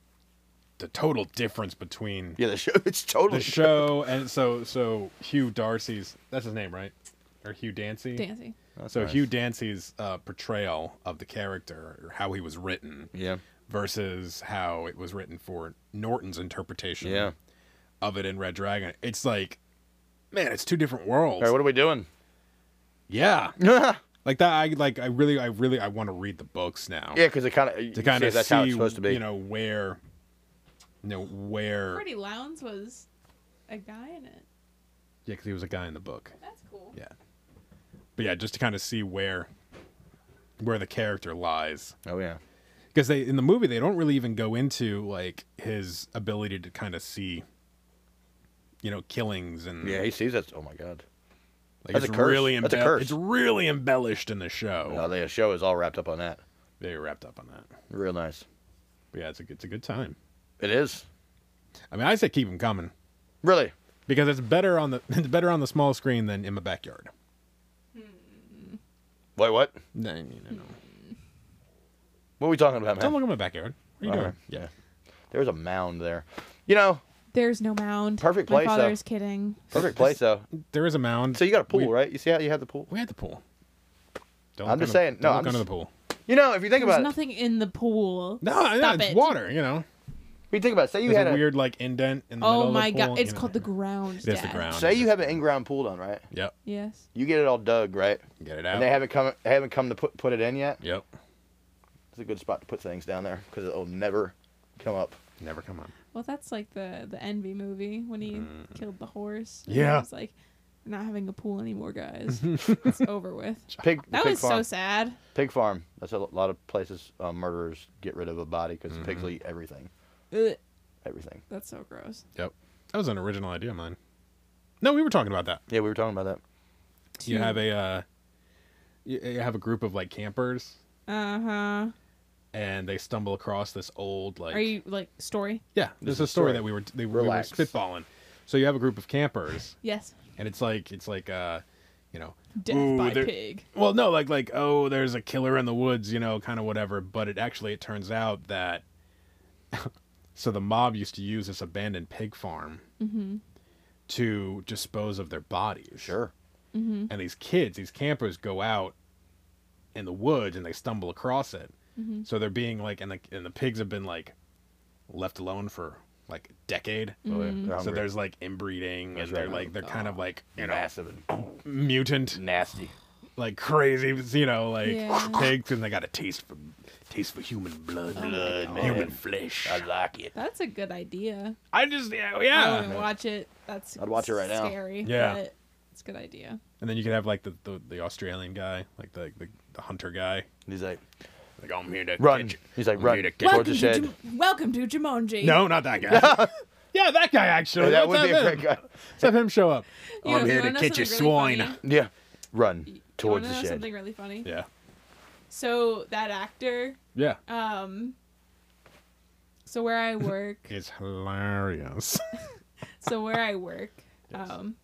S7: the total difference between
S1: Yeah, the show. It's totally.
S7: the show and so so Hugh Darcy's that's his name right or Hugh Dancy
S2: Dancing.
S1: That's
S7: so
S1: nice.
S7: Hugh Dancy's uh, portrayal of the character or how he was written
S1: Yeah.
S7: versus how it was written for Norton's interpretation
S1: Yeah.
S7: of it in Red Dragon it's like man it's two different worlds
S1: All right. What are we doing?
S7: yeah
S1: yeah,
S7: like that I like I really I really I want to read the books now
S1: because it kind of.
S7: to kind of
S1: that's
S7: see
S1: how it's supposed to be.
S7: you know where you know where
S2: Freddie Lowndes was a guy in it.
S7: yeah because he was a guy in the book
S2: That's cool.
S7: Yeah. But yeah, just to kind of see where where the character lies.
S1: oh yeah.
S7: Because they in the movie they don't really even go into like his ability to kind of see you know, killings and
S1: Yeah, he sees that. Oh my God.
S7: like,
S1: that's
S7: it's
S1: a curse.
S7: really
S1: That's a
S7: embel-
S1: curse.
S7: it's really embellished in the show.
S1: No, the show is all wrapped up on that.
S7: They wrapped up on that.
S1: Real nice.
S7: But yeah, it's a it's a good time.
S1: It is.
S7: I mean, I say keep them coming
S1: Really.
S7: because it's better on the it's better on the small screen than in my backyard.
S1: Wait, what?
S7: No, no, no, no.
S1: What are we talking about, man?
S7: Don't look at my backyard. What are you
S1: All
S7: doing?
S1: right.
S7: Yeah.
S1: There's a mound there. You know,
S2: There's no mound.
S1: Perfect
S2: My
S1: place, though.
S2: father's kidding.
S1: perfect place though.
S7: There is a mound.
S1: So you got a pool,
S7: We-
S1: right? You see how you have the pool?
S7: We had the pool. Don't
S1: I'm
S7: look
S1: just
S7: under-
S1: saying, no,
S7: don't
S1: I'm
S7: look under
S1: just-
S7: the pool.
S1: You know, if you think
S2: There's
S1: about it,
S2: nothing in the pool.
S7: No, no,
S2: Stop
S7: it's
S2: it.
S7: water. You know,
S1: if you think about it, say you
S7: there's
S1: had
S7: a
S1: a,
S7: weird like indent in the middle
S2: Oh
S7: of
S2: my
S7: the pool.
S2: god! It's
S7: you know?
S2: called the ground.
S7: It is the
S2: Dad.
S7: ground.
S1: say you have an in-ground pool done, right?
S7: Yep.
S2: Yes.
S1: You get it all dug, right?
S7: Get it out.
S1: And they haven't come, they haven't come to put put it in yet.
S7: Yep.
S1: It's a good spot to put things down there because it'll never come up.
S7: Never come on.
S2: Well, that's like the the Envy movie when he
S7: Mm.
S2: killed the horse. and
S3: Yeah.
S2: he was like, "We're not having a pool anymore, guys. it's over with."
S1: Pig,
S2: That
S1: pig
S2: was
S1: farm.
S2: so sad.
S1: Pig farm. That's a lo- lot of places uh, murderers get rid of a body because pigs will eat everything.
S2: Ugh,
S1: Everything.
S2: that's so gross.
S7: Yep. That was an original idea of mine. No, we were talking about that.
S1: Yeah, we were talking about that.
S7: You have a uh, you you have a group of like campers,
S2: Uh huh.
S7: and they stumble across this old like
S2: Are you like story?
S7: yeah. This is a story, that we were they we were
S1: Relax.
S7: spitballing. So you have a group of campers,
S2: Yes.
S7: and it's like it's like uh, you know,
S2: Death
S7: ooh,
S2: by
S7: there-
S2: pig.
S7: Well, no, like like oh, there's a killer in the woods, you know, kind of whatever. But it actually it turns out that so the mob used to use this abandoned pig farm to dispose of their bodies.
S1: Sure.
S7: And these kids, these campers, go out in the woods and they stumble across it. So they're being like, and the and the pigs have been like left alone for like a decade.
S1: Oh, yeah. They're
S7: So
S1: hungry.
S7: there's like inbreeding,
S1: That's
S7: and they're
S1: right.
S7: like they're kind of like you know
S1: massive and
S7: mutant
S1: nasty.
S7: like crazy, you know, like
S2: Yeah.
S7: pigs, and they got a taste for taste for human blood,
S1: Blood,
S7: human
S1: man.
S7: flesh.
S1: I like it.
S2: That's a good idea.
S7: I just yeah,
S2: I
S7: yeah.
S2: wouldn't watch it. That's
S1: I'd watch it right now.
S2: scary,
S7: Yeah.
S2: but it's a good idea.
S7: And then you could have like the, the, the Australian guy, like the, the the hunter guy,
S1: He's like,
S7: like I'm here to
S1: run.
S7: catch you.
S1: He's like,
S7: I'm
S1: run
S7: here to catch
S1: towards the
S2: to
S1: shed.
S2: Jum- welcome to Jumanji.
S7: No, not that guy. yeah, that guy actually.
S1: Yeah, that
S7: Let's
S1: would
S7: have
S1: be a
S7: him.
S1: great guy.
S7: Let's have him show up.
S2: You wanna
S7: I'm here to
S2: know
S7: catch you
S2: something really
S7: swine.
S2: funny?
S1: Yeah. Run
S2: You
S1: towards
S2: wanna
S1: the
S2: know
S1: shed.
S2: Something really funny.
S7: Yeah,
S2: So that actor,
S7: yeah.
S2: um, so where I work,
S7: It's hilarious.
S2: so where I work,
S7: Yes.
S2: um,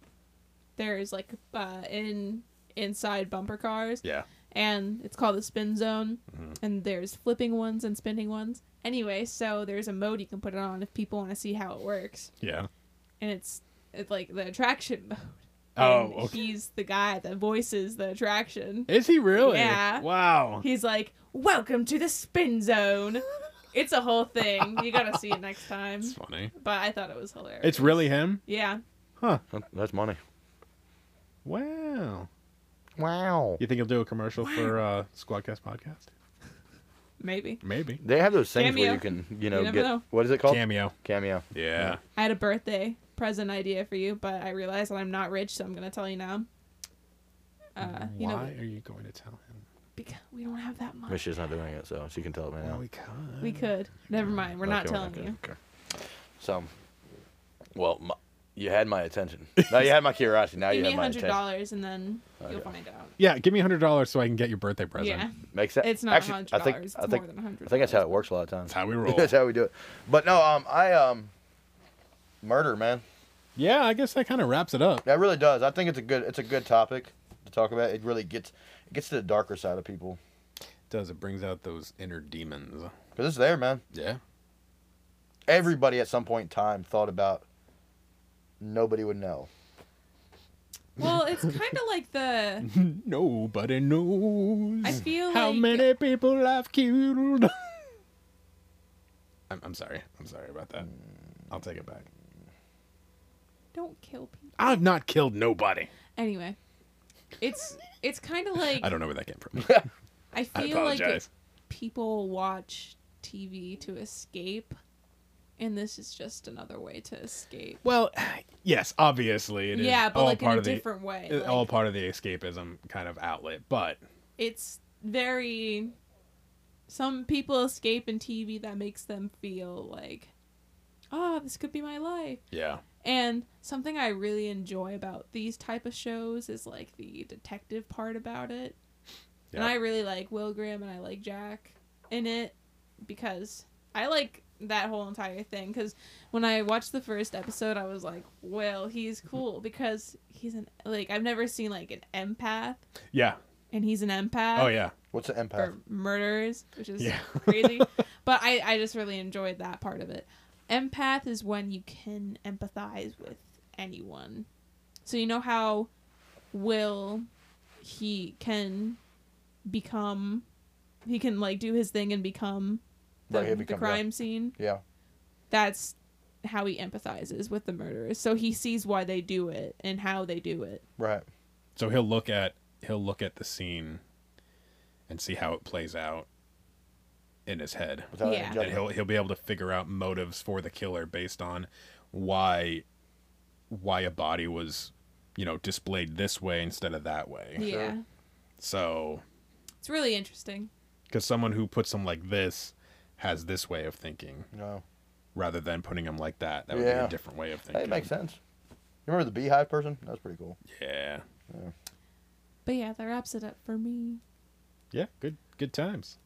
S2: there is like uh, in inside bumper cars,
S7: yeah.
S2: and it's called the spin zone,
S7: Mm-hmm.
S2: and there's flipping ones and spinning ones. Anyway, so there's a mode you can put it on if people want to see how it works,
S7: Yeah.
S2: and it's it's like the attraction mode.
S7: Oh,
S2: And
S7: okay.
S2: he's the guy that voices the attraction.
S7: Is he really?
S2: Yeah.
S7: Wow.
S2: He's like, "Welcome to the spin zone." It's a whole thing. You gotta see it next time.
S7: It's funny.
S2: But I thought it was hilarious.
S7: It's really him.
S2: yeah.
S1: That's money.
S7: Wow.
S1: Wow.
S7: You think he'll do a commercial for uh, Squadcast podcast?
S2: Maybe.
S7: Maybe.
S1: They have those things where you
S2: Cameo.
S1: can, you know,
S2: never
S1: get
S2: know.
S1: what is it called?
S7: Cameo.
S1: Cameo.
S7: Yeah.
S2: I had a birthday present idea for you, but I realized that I'm not rich, so I'm gonna tell you now. Uh, you
S7: Why
S2: know,
S7: are you going to tell him?
S2: because we don't have that much.
S1: Misha's not doing it, so she can tell it right now.
S7: could.
S2: We could. Never mind. We're not
S1: Okay,
S2: telling
S1: okay,
S2: you.
S1: Okay. So, well, my, you had my attention. Now you had my curiosity. Now
S2: Give
S1: you
S2: me
S1: have
S2: a
S1: my
S2: hundred
S1: attention.
S2: dollars, and then you'll
S1: Okay.
S2: find out.
S7: Yeah, give me a hundred dollars so I can get your birthday present.
S2: Yeah.
S1: Makes sense.
S2: It's not
S1: Actually,
S2: $100.
S1: I think,
S2: It's
S1: I think,
S2: more than $100.
S1: I think that's how it works a lot of times.
S7: That's how we roll.
S1: that's how we do it. But no, um, I um, murder man.
S7: yeah, I guess that kind of wraps it up.
S1: That really does. I think it's a good it's a good topic to talk about. It really gets it gets to the darker side of people
S7: does it brings out those inner demons?
S1: because it's there, man.
S7: Yeah.
S1: Everybody at some point in time thought about nobody would know.
S2: Well, it's kind of like the.
S7: Nobody knows
S2: I feel
S7: how
S2: like-
S7: many people I've killed. I'm, I'm sorry. I'm sorry about that. I'll take it back.
S2: Don't kill people.
S7: I've not killed nobody.
S2: Anyway, it's it's kind of like
S7: I don't know where that came from.
S2: I
S7: I
S2: feel like
S7: apologize.
S2: people watch TV to escape, and this is just another way to escape.
S7: Well, yes, obviously it is.
S2: yeah, but
S7: all
S2: like in
S7: part
S2: a
S7: of the,
S2: different way.
S7: it-
S2: Like,
S7: all part of the escapism kind of outlet. But
S2: it's very. Some people escape in TV that makes them feel like, oh, this could be my life.
S7: yeah,
S2: And something I really enjoy about these type of shows is like the detective part about it. And I really like Will Graham and I like Jack in it because I like that whole entire thing. Because when I watched the first episode, I was like, "Well, he's cool because he's an like I've never seen like an empath,
S7: yeah,
S2: and he's an empath."
S7: oh yeah,
S1: What's an empath?
S2: For murderers, which is
S7: Yeah.
S2: crazy. But I I just really enjoyed that part of it. Empath is when you can empathize with anyone. So you know how Will he can become he can like do his thing and become the,
S1: Right, he
S2: the
S1: becomes-
S2: crime scene.
S1: Yeah.
S2: That's how he empathizes with the murderers. So he sees why they do it and how they do it.
S1: Right.
S7: So he'll look at he'll look at the scene and see how it plays out, in his head.
S1: without any
S2: Yeah.
S1: judgment.
S7: And he'll he'll be able to figure out motives for the killer based on why why a body was, you know, displayed this way instead of that way.
S2: Yeah.
S7: So,
S2: It's really interesting.
S7: cuz someone who puts them like this has this way of thinking
S1: No,
S7: rather than putting them like that. That would be
S1: Yeah.
S7: a different way of thinking.
S1: that makes sense. You remember the beehive person? That was pretty cool.
S7: Yeah.
S2: But yeah, that wraps it up for me.
S7: Yeah, good good times.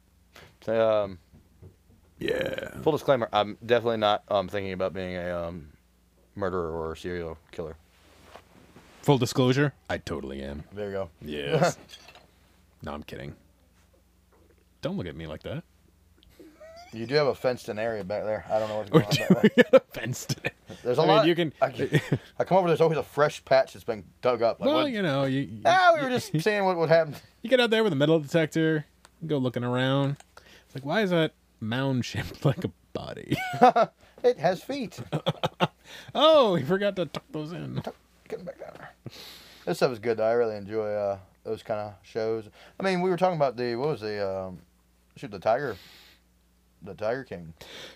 S1: Um,
S7: Yeah.
S1: full disclaimer: I'm definitely not um, thinking about being a um, murderer or a serial killer.
S7: Full disclosure, I totally am.
S1: There you go.
S7: Yes. no, I'm kidding. Don't look at me like that.
S1: You do have a fenced in area back there. I don't know what's going on back there.
S7: Fenced in.
S1: There's a
S7: I mean,
S1: lot.
S7: you can-
S1: I, can- I come over. There's always a fresh patch that's been dug up. Like,
S7: Well,
S1: what-
S7: you know, you you,
S1: ah, we were just seeing what would happen.
S7: you get out there with a metal detector, you go looking around. It's like, why is that mound shaped like a body?
S1: It has feet.
S7: oh, we forgot to tuck those in.
S1: Getting back down there. This stuff is good. Though. I really enjoy uh, those kind of shows. I mean, we were talking about the what was the um, shoot the tiger, the Tiger King.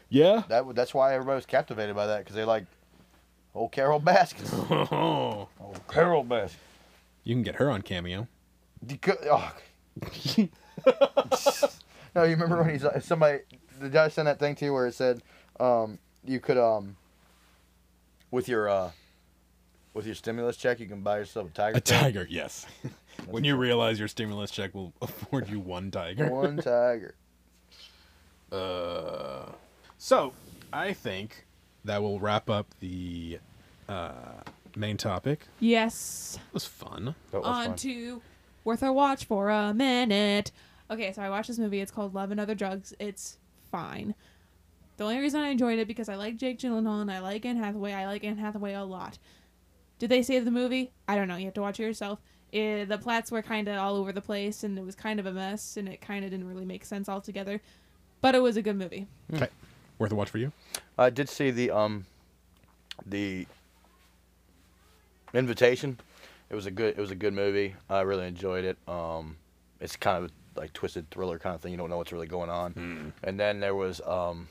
S7: Yeah.
S1: That w- that's why everybody was captivated by that because they like old Carol Baskin.
S7: Oh.
S1: old Carol Baskin.
S7: You can get her on Cameo.
S1: Deco- oh. no, you remember when he's like, somebody? Did I send that thing to you where it said um, you could um with your uh with your stimulus check you can buy yourself a tiger?
S7: A
S1: tail?
S7: tiger, yes. when you realize your stimulus check will afford you one tiger.
S1: One tiger.
S7: So, I think that will wrap up the uh, main topic.
S2: Yes.
S7: It was fun.
S1: That was
S2: on
S1: fun.
S2: to worth a watch for a minute. Okay, so I watched this movie. It's called Love and Other Drugs. It's fine. The only reason I enjoyed it because I like Jake Gyllenhaal and I like Anne Hathaway. I like Anne Hathaway a lot. Did they save the movie? I don't know. You have to watch it yourself. Eh, the plats were kind of all over the place and it was kind of a mess and it kind of didn't really make sense altogether. But it was a good movie.
S7: Okay. Worth a watch for you?
S1: I did see the um the invitation. It was a good it was a good movie. I really enjoyed it. Um it's kind of like twisted thriller kind of thing. You don't know what's really going on. And then there was um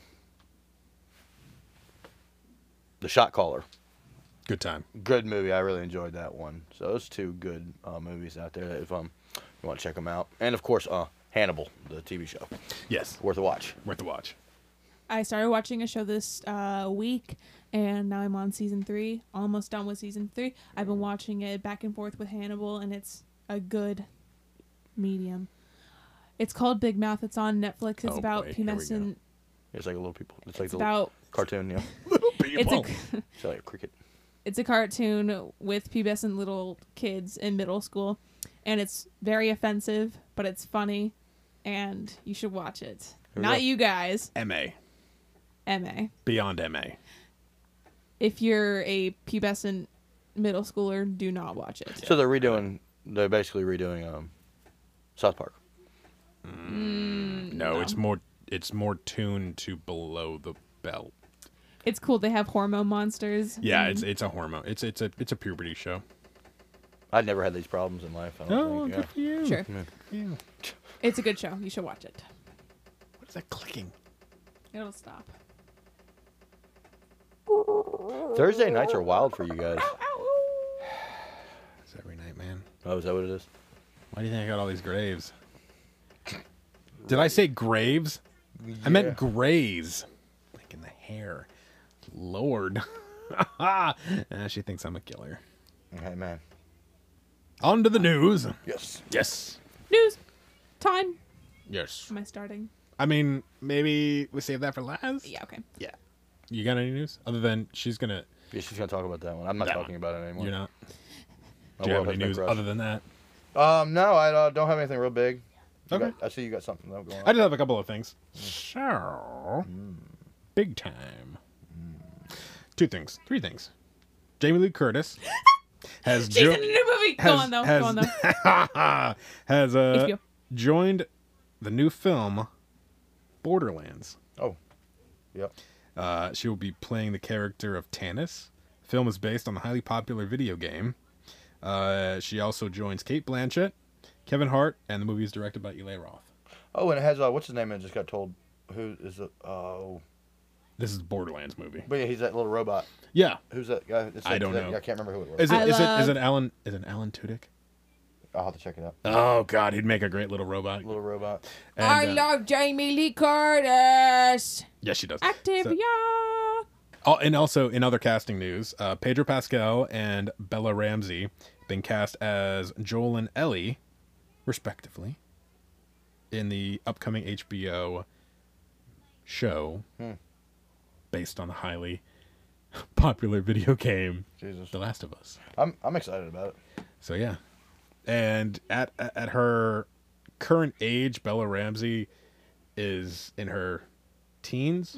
S1: The Shot Caller.
S7: Good time.
S1: Good movie. I really enjoyed that one. So those two good uh, movies out there if um you want to check them out. And of course, uh Hannibal, the TV show.
S7: Yes.
S1: Worth a watch.
S7: Worth a watch.
S2: I started watching a show this uh, week, and now I'm on season three. Almost done with season three. I've been watching it back and forth with Hannibal, and it's a good medium. It's called Big Mouth. It's on Netflix. It's
S7: Oh,
S2: about
S7: boy. Here we
S2: pubescent.
S1: It's like a little people. It's like
S2: It's
S1: the
S2: about.
S1: cartoon, yeah.
S2: It's a.
S1: It's like a cricket.
S2: it's a cartoon with pubescent little kids in middle school, and it's very offensive, but it's funny, and you should watch it.
S1: Here we
S2: Not
S1: go.
S2: you guys,
S7: MA.
S2: ma.
S7: Beyond MA.
S2: if you're a pubescent middle schooler, do not watch it.
S1: So they're redoing. They're basically redoing um, South Park.
S7: No, it's more it's more tuned to below the belt.
S2: It's cool. They have hormone monsters.
S7: Yeah, it's it's a hormone. It's it's a it's a puberty show.
S1: I'd never had these problems in life. I don't think. Yeah.
S7: Oh, you.
S2: Sure.
S7: Yeah.
S2: It's a good show. You should watch it.
S7: What is that clicking?
S2: It'll stop.
S1: Thursday nights are wild for you guys.
S7: It's every night, man.
S1: Oh, is that what it is?
S7: Why do you think I got all these graves? Did I say graves? I meant grays. Like in the hair. Lord. Ah, she thinks I'm a killer.
S1: Hey man.
S7: On to the news.
S1: Yes.
S7: Yes.
S2: News time.
S7: Yes.
S2: Am I starting?
S7: I mean, maybe we save that for last.
S2: Yeah. Okay.
S7: Yeah. You got any news other than she's gonna?
S1: Yeah, she's gonna talk about that one. I'm not
S7: That
S1: talking about it anymore.
S7: You're not.
S1: My
S7: Do you have
S1: world
S7: any
S1: has
S7: news
S1: been
S7: other than that?
S1: crushed. Um, no, I uh, don't have anything real big. You
S7: Okay.
S1: got- I see you got something though going.
S7: I
S1: On.
S7: did have a couple of things. So, big time. Two things, three things. Jamie Lee Curtis has
S2: She's
S7: jo-
S2: in a new movie.
S7: has-
S2: Go on though.
S7: has-
S2: Go on though.
S7: has uh,
S2: HBO.
S7: joined the new film Borderlands.
S1: Oh. Yep.
S7: Uh, she will be playing the character of Tannis. Film is based on the highly popular video game. Uh, she also joins Kate Blanchett, Kevin Hart, and the movie is directed by Eli Roth.
S1: Oh, and it has uh, what's his name? It just got told. who is the oh?
S7: This is Borderlands movie.
S1: But yeah, he's that little robot.
S7: Yeah.
S1: Who's that guy? It's
S7: I
S1: that-
S7: don't
S1: that-
S7: know.
S1: I can't remember who it was.
S7: Is it
S2: I
S7: is it is
S2: love-
S7: it Alan is it Alan Tudyk?
S1: I'll have to check it out.
S7: Oh God, he'd make a great little robot.
S1: Little robot.
S7: And,
S2: I
S7: uh,
S2: love Jamie Lee Curtis.
S7: Yeah, she does. So-
S2: Activia.
S7: Oh, and also in other casting news, uh, Pedro Pascal and Bella Ramsey been cast as Joel and Ellie, respectively, in the upcoming HBO show based on the highly popular video game
S1: Jesus,
S7: The Last of Us.
S1: I'm I'm excited about it.
S7: So yeah, and at at at her current age, Bella Ramsey is in her teens,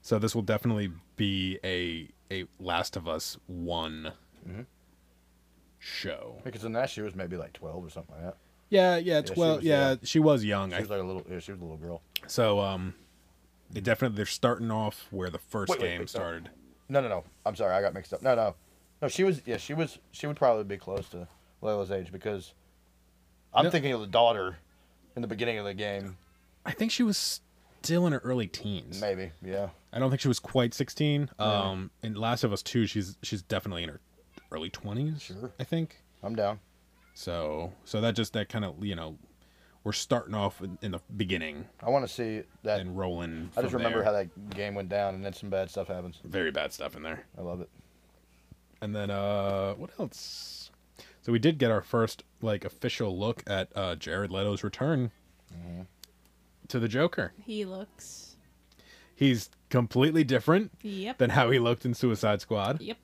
S7: so this will definitely be a a Last of Us one
S1: Mm-hmm.
S7: show.
S1: Because in that she was maybe like 12 or something like that.
S7: Yeah, yeah,
S1: she
S7: twelve.
S1: was
S7: yeah,
S1: young.
S7: she was young.
S1: She
S7: I,
S1: was like a little. Yeah, she was a little girl.
S7: so um, they definitely they're starting off where the first
S1: Wait, wait,
S7: game
S1: wait, no.
S7: started.
S1: No, no, no. I'm sorry, I got mixed up. No, no, no. She was. Yeah, she was. She would probably be close to Layla's age because I'm
S7: No.
S1: thinking of the daughter in the beginning of the game.
S7: I think she was still in her early teens.
S1: Maybe. Yeah.
S7: I don't think she was quite 16. Um, in Last of Us 2, she's she's definitely in her early 20s.
S1: Sure.
S7: I think
S1: I'm down.
S7: so. So that just that kind of you know, we're starting off in, in the beginning
S1: I want to see that.
S7: and rolling.
S1: I just remember how that game went down, and then some bad stuff happens.
S7: very bad stuff in there.
S1: I love it.
S7: And then uh, what else? So we did get our first like official look at uh, Jared Leto's return
S1: Mm-hmm.
S7: to the Joker.
S2: He looks.
S7: He's completely different
S2: Yep.
S7: than how he looked in Suicide Squad.
S2: Yep.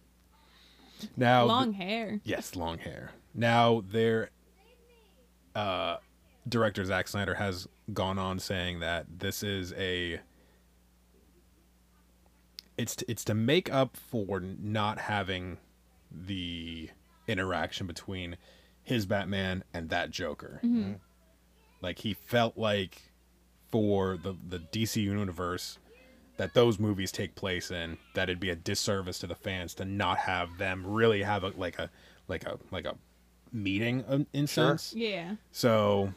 S7: Now th-
S2: Long hair.
S7: Yes, long hair. Now their uh, director Zack Snyder has gone on saying that this is a it's to, it's to make up for not having the interaction between his Batman and that Joker. Like he felt like for the the DC universe that those movies take place in that it'd be a disservice to the fans to not have them really have a like a like a like a meeting um, in sense
S2: Yeah.
S7: so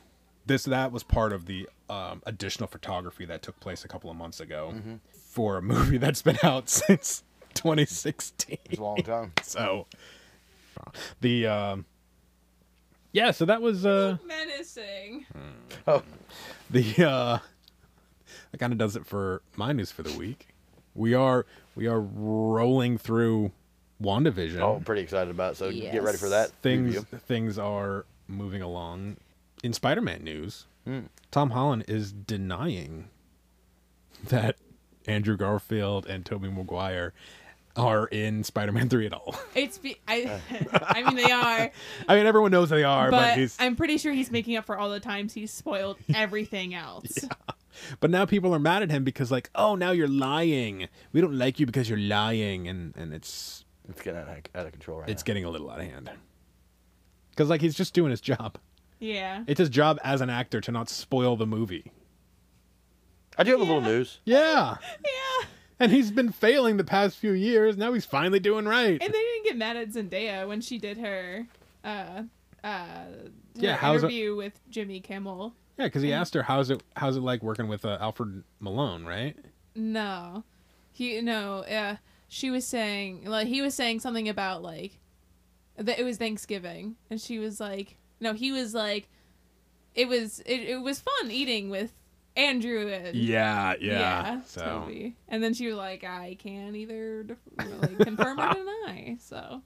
S7: this that was part of the um, additional photography that took place a couple of months ago for a movie that's been out since 2016
S1: It's a long time.
S7: so the um yeah so that was uh
S2: Menacing.
S7: the uh that kind of does it for my news for the week we are we are rolling through wandavision
S1: Oh, I'm pretty excited about it. So get ready for that.
S2: Yes.
S7: things
S1: review.
S7: things are moving along in spider-man news
S1: Hmm.
S7: tom holland is denying that andrew garfield and toby maguire are in spider-man 3 at all
S2: It's. Be- I. I mean, they are.
S7: i mean everyone knows they are but,
S2: but
S7: he's
S2: I'm pretty sure he's making up for all the times he's spoiled everything else.
S7: But now people are mad at him because like, oh, now you're lying. We don't like you because you're lying, and and it's
S1: It's getting out of, out of control right
S7: it's
S1: now.
S7: getting a little out of hand. Because like he's just doing his job.
S2: Yeah.
S7: It's his job as an actor to not spoil the movie.
S1: I do have a little news.
S7: Yeah,
S2: yeah.
S7: and he's been failing the past few years. Now he's finally doing right.
S2: And they didn't get mad at Zendaya when she did her. Uh. Uh, her
S7: Yeah, how's it-
S2: interview with Jimmy Kimmel.
S7: yeah, because he asked her, "How's it? How's it like working with uh, Alfred Malone?" Right?
S2: No, he no. Uh, she was saying like he was saying something about like that it was Thanksgiving, and she was like, no, he was like, it was it, it was fun eating with Andrew and
S7: Yeah, yeah. so
S2: Toby. And then she was like, I can either def- like, confirm or deny. So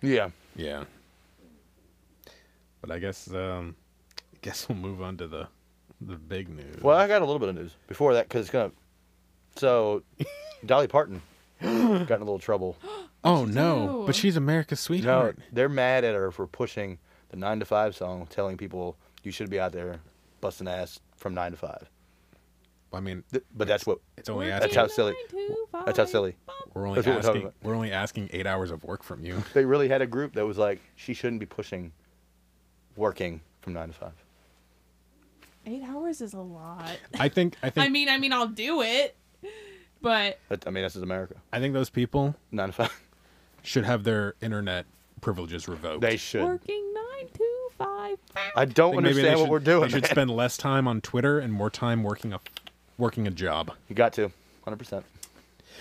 S1: Yeah.
S7: yeah. But I guess um, I guess we'll move on to the the big news.
S1: Well, I got a little bit of news before that because it's gonna. So, Dolly Parton got in a little trouble.
S7: Oh
S2: She
S7: no!
S2: do.
S7: But she's America's
S1: No,
S7: sweetheart.
S1: they're mad at her for pushing the nine to five song, telling people you should be out there busting ass from nine to five.
S7: I mean,
S1: Th- But that's what
S7: it's only
S2: Working
S1: That's
S7: asking.
S1: how silly-
S2: nine to
S1: that's how
S2: five.
S1: silly.
S7: We're only
S1: that's what we're talking
S7: asking.
S1: about.
S7: We're only asking eight hours of work from you.
S1: They really had a group that was like, she shouldn't be pushing working from nine to five.
S2: Eight hours is a lot.
S7: I think. I think.
S2: I mean, I mean, I'll do it, but
S1: That, I mean, this is America.
S7: I think those people
S1: Nine to five.
S7: should have their internet privileges revoked.
S1: They should.
S2: working nine to five.
S1: I
S7: I
S1: don't
S7: think maybe
S1: understand
S7: they
S1: what
S7: should-
S1: we're doing.
S7: They should
S1: man.
S7: spend less time on Twitter and more time working a working a job.
S1: You got to, hundred percent.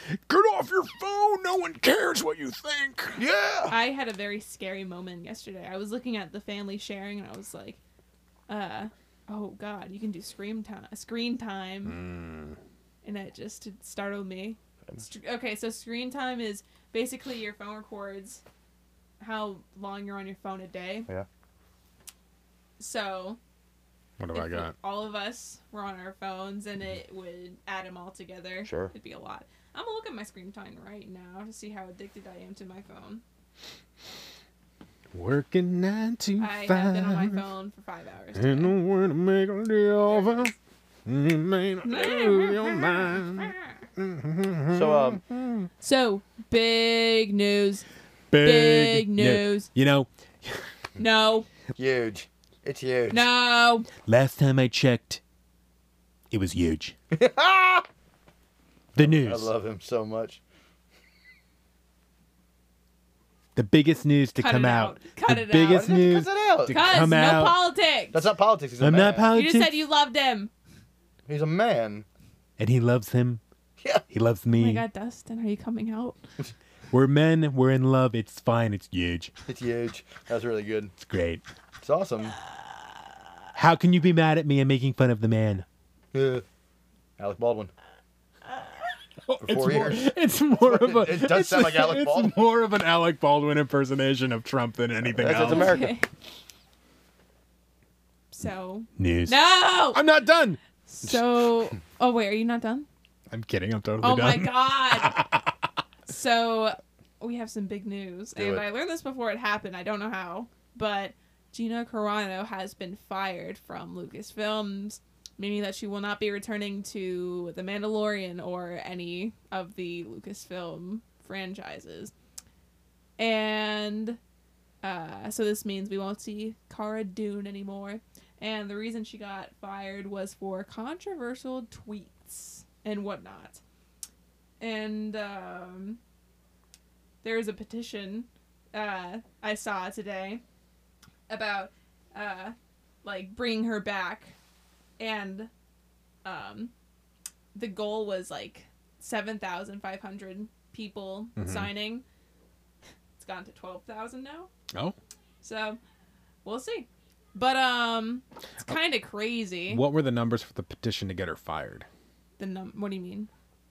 S7: Get off your phone. No one cares what you think.
S1: Yeah.
S2: I had a very scary moment yesterday. I was looking at the family sharing, and I was like, uh, "Oh God, you can do screen time, screen time,"
S7: Mm.
S2: and it just it startled me. Str- Okay, so screen time is basically your phone records how long you're on your phone a day.
S1: Yeah.
S2: So
S7: What have
S2: if
S7: I
S2: we-
S7: got? Mm-hmm.
S2: all of us were on our phones, and it would add them all together.
S1: Sure.
S2: it'd be a lot. I'm gonna look at my screen time right now to see how addicted I am to my phone.
S7: Working nine to
S2: I
S7: five.
S2: have been on my phone for five hours.
S7: And
S2: today.
S7: no way to make a deal of it. You may not lose your mind.
S1: So um,
S2: So big news. Big
S7: nu-
S2: news.
S7: You know,
S2: No,
S1: huge. It's huge.
S2: no.
S3: Last time I checked, it was huge. the
S1: I
S3: news.
S1: love him so much.
S3: The biggest news to
S2: Cut
S3: come
S2: it
S3: out.
S2: out. Cut
S3: the
S2: it out.
S1: Why
S3: biggest
S1: did you have
S3: news.
S1: to cut that out?
S2: Cuz
S3: Come
S2: no
S3: out.
S2: politics.
S1: That's not politics. He's a
S3: I'm
S1: man.
S3: not
S2: you
S3: politics.
S2: just said you loved him.
S1: He's a man.
S3: and he loves him.
S1: Yeah.
S3: He loves
S2: Oh
S3: me.
S2: my God, Dustin, are you coming out?
S3: We're men. We're in love. It's fine. It's huge.
S1: It's huge. That's really good.
S3: It's great.
S1: It's awesome.
S3: How can you be mad at me and making fun of the man?
S1: Yeah. Alec Baldwin. For
S3: it's
S1: four
S3: more,
S1: years.
S3: it's more of a.
S1: It does
S3: it's-
S1: sound like Alec
S3: it's
S1: Baldwin.
S3: more of an Alec Baldwin impersonation of Trump than anything
S1: That's-
S3: else.
S1: that's America.
S2: So
S3: News.
S2: no.
S3: I'm not done.
S2: So oh wait, are you not done?
S3: I'm kidding. I'm totally
S2: Oh
S3: done.
S2: my God. so we have some big news,
S1: Do
S2: and
S1: it.
S2: I learned this before it happened. I don't know how, but Gina Carano has been fired from Lucasfilms, meaning that she will not be returning to The Mandalorian or any of the Lucasfilm franchises. And uh, so this means we won't see Cara Dune anymore. And the reason she got fired was for controversial tweets and whatnot. And um, there is a petition uh, I saw today about uh, like bringing her back, and um, the goal was like seven thousand five hundred people
S7: Mm-hmm.
S2: signing. It's gone to twelve thousand now.
S7: oh,
S2: So we'll see. But um it's kind of crazy.
S7: Oh. what were the numbers for the petition to get her fired?
S2: The num- what do you mean?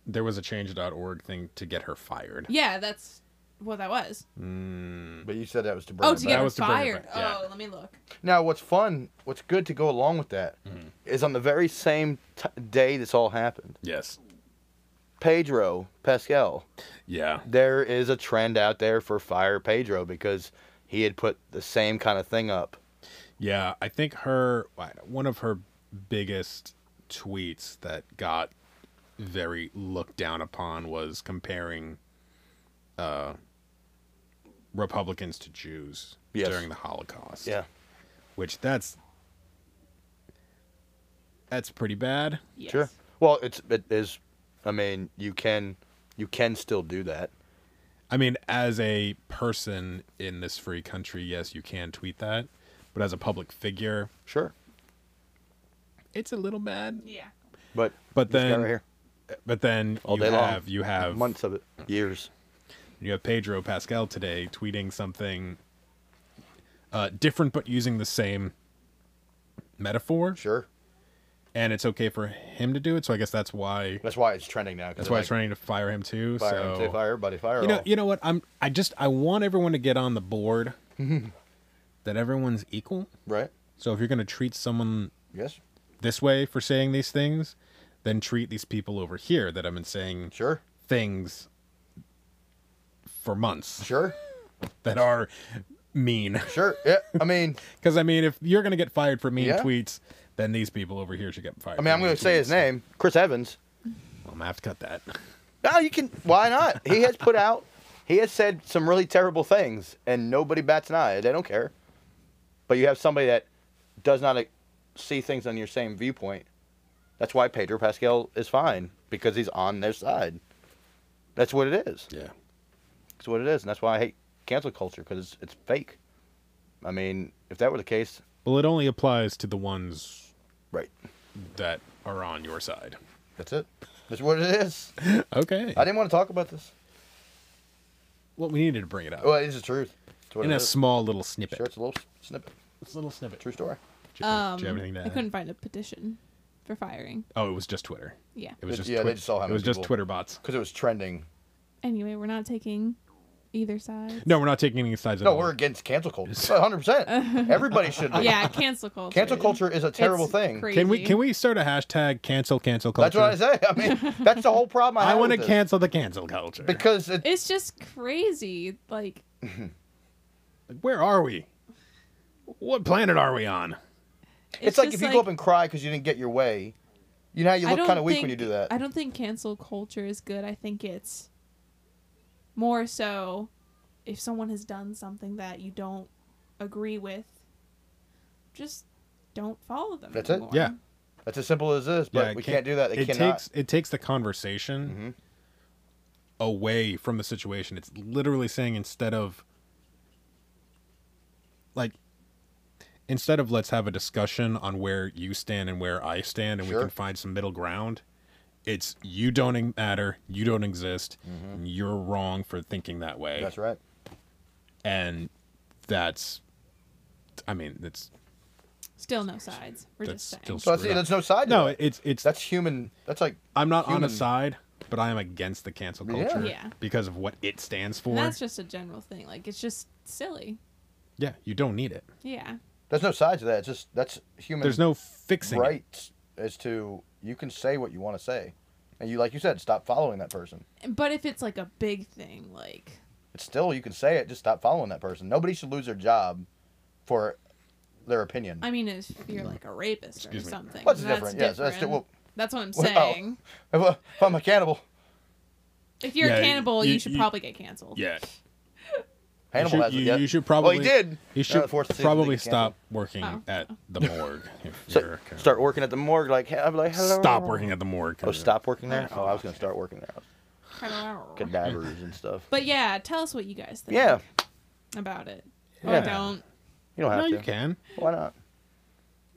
S7: There was a change.org thing to get her fired.
S2: Yeah, that's what that was.
S3: Mm,
S1: But you said that was to bring
S2: Oh,
S1: him
S2: to
S1: back.
S2: get her
S7: was to bring it
S2: fired.
S7: back, yeah.
S2: Oh, let me look.
S1: Now, what's fun, what's good to go along with that, is on the very same t- day this all happened,
S7: Yes.
S1: Pedro Pascal.
S7: Yeah.
S1: There is a trend out there for fire Pedro because he had put the same kind of thing up.
S7: Yeah, I think her one of her biggest tweets that got very looked down upon was comparing uh Republicans to Jews
S1: Yes.
S7: during the Holocaust.
S1: Yeah.
S7: Which that's that's pretty bad.
S2: Yes.
S1: Sure. Well, it's it is. I mean, you can you can still do that.
S7: I mean, as a person in this free country, yes, you can tweet that, but as a public figure,
S1: Sure.
S7: it's a little bad.
S2: Yeah.
S1: But
S7: But
S1: this guy
S7: then-
S1: right here,
S7: But then
S1: All
S7: you
S1: day long.
S7: have you have
S1: months of it, years.
S7: You have Pedro Pascal today tweeting something uh, different, but using the same metaphor,
S1: Sure.
S7: and it's okay for him to do it. So I guess that's why
S1: That's why it's trending now. 'cause
S7: that's
S1: they're
S7: why
S1: like,
S7: it's trying to fire him too.
S1: Fire
S7: so
S1: him, say fire everybody, fire
S7: you know,
S1: all.
S7: you know what? I'm I just I want everyone to get on the board that everyone's equal.
S1: right?
S7: So if you're going to treat someone
S1: Yes.
S7: this way for saying these things, then treat these people over here that have been saying
S1: Sure.
S7: things for months
S1: Sure.
S7: that are mean.
S1: Sure. Yeah. I mean,
S7: Because I mean, if you're gonna get fired for mean
S1: Yeah.
S7: tweets, then these people over here should get fired.
S1: I mean, I'm going to say his name, Chris Evans.
S7: I'm gonna have to cut that.
S1: No, you can. Why not? He has put out. He has said some really terrible things, and nobody bats an eye. They don't care. But you have somebody that does not like, see things on your same viewpoint. That's why Pedro Pascal is fine because he's on their side. That's what it is.
S7: Yeah.
S1: That's what it is, and that's why I hate cancel culture because it's it's fake. I mean, if that were the case,
S7: Well, it only applies to the ones
S1: right?
S7: that are on your side.
S1: That's it. That's what it is.
S3: Okay.
S1: I didn't want to talk about this.
S7: Well, we needed to bring it up
S1: Well, it's the truth. It's what
S7: in
S1: it
S7: a
S1: is.
S7: small little snippet.
S1: Oh, Sure, it's a little snippet.
S3: It's a little snippet.
S1: True story.
S7: Do, you-
S2: Um,
S7: do you have anything to
S2: I
S7: add?
S2: couldn't find a petition for firing.
S7: Oh, it was just Twitter.
S2: Yeah.
S7: It was
S1: They-
S7: just
S1: yeah, they
S7: Twitter.
S1: just saw how
S7: it was
S1: many
S7: just
S1: people-
S7: Twitter bots.
S1: Because it was trending.
S2: Anyway, we're not taking either side.
S7: No, we're not taking any sides. at
S1: No,
S7: all.
S1: we're against cancel culture. 100%. Everybody should be.
S2: Yeah, cancel culture.
S1: Cancel culture is a terrible
S2: It's
S1: thing.
S2: crazy.
S7: Can we can we start a hashtag cancel cancel culture?
S1: That's what I say. I mean, that's the whole problem. I,
S7: I
S1: have
S7: want to
S1: with this.
S7: cancel the cancel culture.
S1: because it,
S2: It's just crazy. Like,
S7: Like, where are we? What planet are we on?
S1: it's, like
S2: just
S1: if you go up and cry because you didn't get your way. You know how you
S2: I
S1: look
S2: don't
S1: kind of weak when you do
S2: think-
S1: that.
S2: I don't think cancel culture is good. I think it's more so if someone has done something that you don't agree with, just don't follow them.
S1: That's it.
S2: anymore.
S7: Yeah.
S1: That's as simple as this. But
S7: it
S1: we
S7: can't-
S1: can't, do that. They
S7: it
S1: cannot. Mm-hmm.
S7: takes it takes the conversation away from the situation. It's literally saying instead of like instead of let's have a discussion on where you stand and where I stand and we
S1: Sure.
S7: can find some middle ground. It's you don't e- matter, you don't exist, and you're wrong for thinking that way.
S1: Mm-hmm. That's right.
S7: And that's I mean, that's
S2: Still no sides. We're
S7: That's
S2: just
S7: still
S2: saying.
S1: So that's,
S7: Screwed up.
S1: there's no side. to
S7: no,
S1: that.
S7: it's it's
S1: that's human. That's like
S7: I'm not on a
S1: human.
S7: side, but I am against the cancel
S1: Yeah.
S7: culture
S2: Yeah.
S7: because of what it stands for.
S2: And that's just a general thing. Like, it's just silly.
S7: yeah, you don't need it.
S2: Yeah.
S1: there's no side to that. It's just that's human.
S7: There's no fixing it.
S1: rights as to you can say what you want to say, and you like you said, stop following that person.
S2: But if it's like a big thing, like,
S1: It's still you can say it. Just stop following that person. Nobody should lose their job for their opinion.
S2: I mean, if you're like a rapist
S7: Excuse
S2: or
S7: me.
S2: something,
S1: What's
S2: that's
S1: different?
S2: different.
S1: Yes, that's di- well-
S2: That's what I'm
S1: Well, oh.
S2: saying.
S1: If, I- if I'm a cannibal,
S2: If you're
S7: Yeah,
S2: a cannibal,
S7: you-
S2: you, should
S7: you-
S2: probably get canceled.
S7: Yeah,
S1: Hannibal
S7: you should,
S1: has it.
S7: you-
S1: yeah.
S7: you should
S1: Well,
S7: probably.
S1: he did.
S7: You
S1: Uh,
S7: should
S1: the fourth season,
S7: probably
S1: they
S7: stop working
S2: Oh.
S7: at the morgue. if you're
S1: canceled.
S7: a cannibal.
S1: start working at the morgue. Like I'm like hello.
S7: Stop working at the morgue.
S1: Oh, stop working there. Oh, I was gonna start working there. Cadavers and stuff.
S2: But yeah, tell us what you guys think.
S1: Yeah.
S2: About it.
S1: Yeah.
S2: Or don't.
S1: You don't have
S7: No,
S1: to.
S7: you can.
S1: Why not?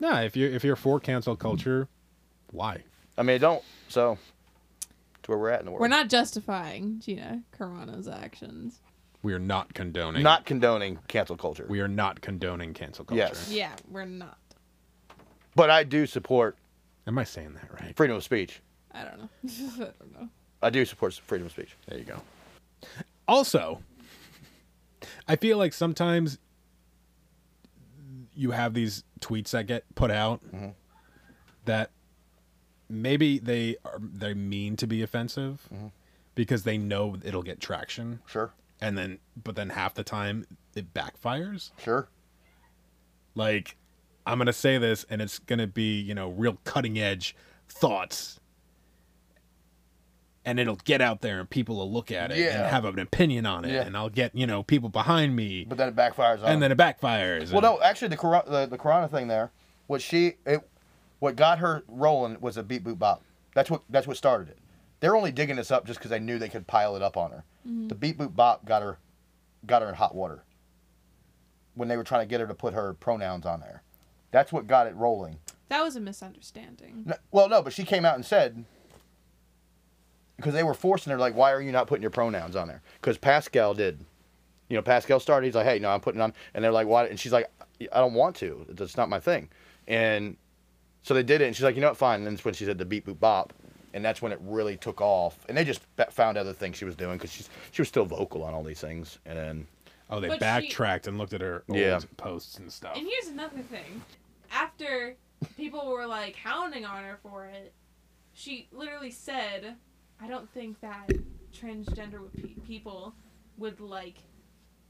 S7: No, if you if you're for cancel culture, why?
S1: I mean, don't. So, to where we're at in the world.
S2: We're not justifying Gina Carano's actions.
S7: We are not condoning.
S1: not condoning cancel culture.
S7: We are not condoning cancel culture.
S1: Yes.
S2: Yeah, we're not.
S1: But I do support
S7: Am I saying that right?
S1: freedom of speech.
S2: I don't know. I don't know.
S1: I do support freedom of speech.
S7: There you go. Also, I feel like sometimes you have these tweets that get put out that maybe they are they mean to be offensive because they know it'll get traction
S1: Sure.
S7: and then but then half the time it backfires.
S1: Sure.
S7: Like I'm going to say this and it's going to be, you know, real cutting edge thoughts. And it'll get out there and people will look at it
S1: Yeah.
S7: and have an opinion on it
S1: Yeah.
S7: and I'll get, you know, people behind me
S1: But then it backfires on.
S7: and then it backfires.
S1: well,
S7: and-
S1: no, actually, the Corona, the, the Corona thing there, what she, it, what got her rolling was a beat boot bop. That's what that's what started it. They're only digging this up just because they knew they could pile it up on her. The beat boot bop got her, got her in hot water. When they were trying to get her to put her pronouns on there, that's what got it rolling.
S2: That was a misunderstanding.
S1: No, well, no, but she came out and said because they were forcing her, like, why are you not putting your pronouns on there? Because Pascal did. You know, Pascal started. He's like, hey, no, I'm putting it on. And they're like, why? And she's like, I don't want to. That's not my thing. And so they did it. And she's like, you know what? Fine. And that's when she said the beat boop bop. And that's when it really took off. And they just fa- found other things she was doing because she's she was still vocal on all these things. And then,
S7: oh, they
S2: But she-
S7: backtracked and looked at her old
S1: Yeah.
S7: posts and stuff.
S2: And here's another thing. After people were like hounding on her for it, she literally said, I don't think that transgender would pe- people would like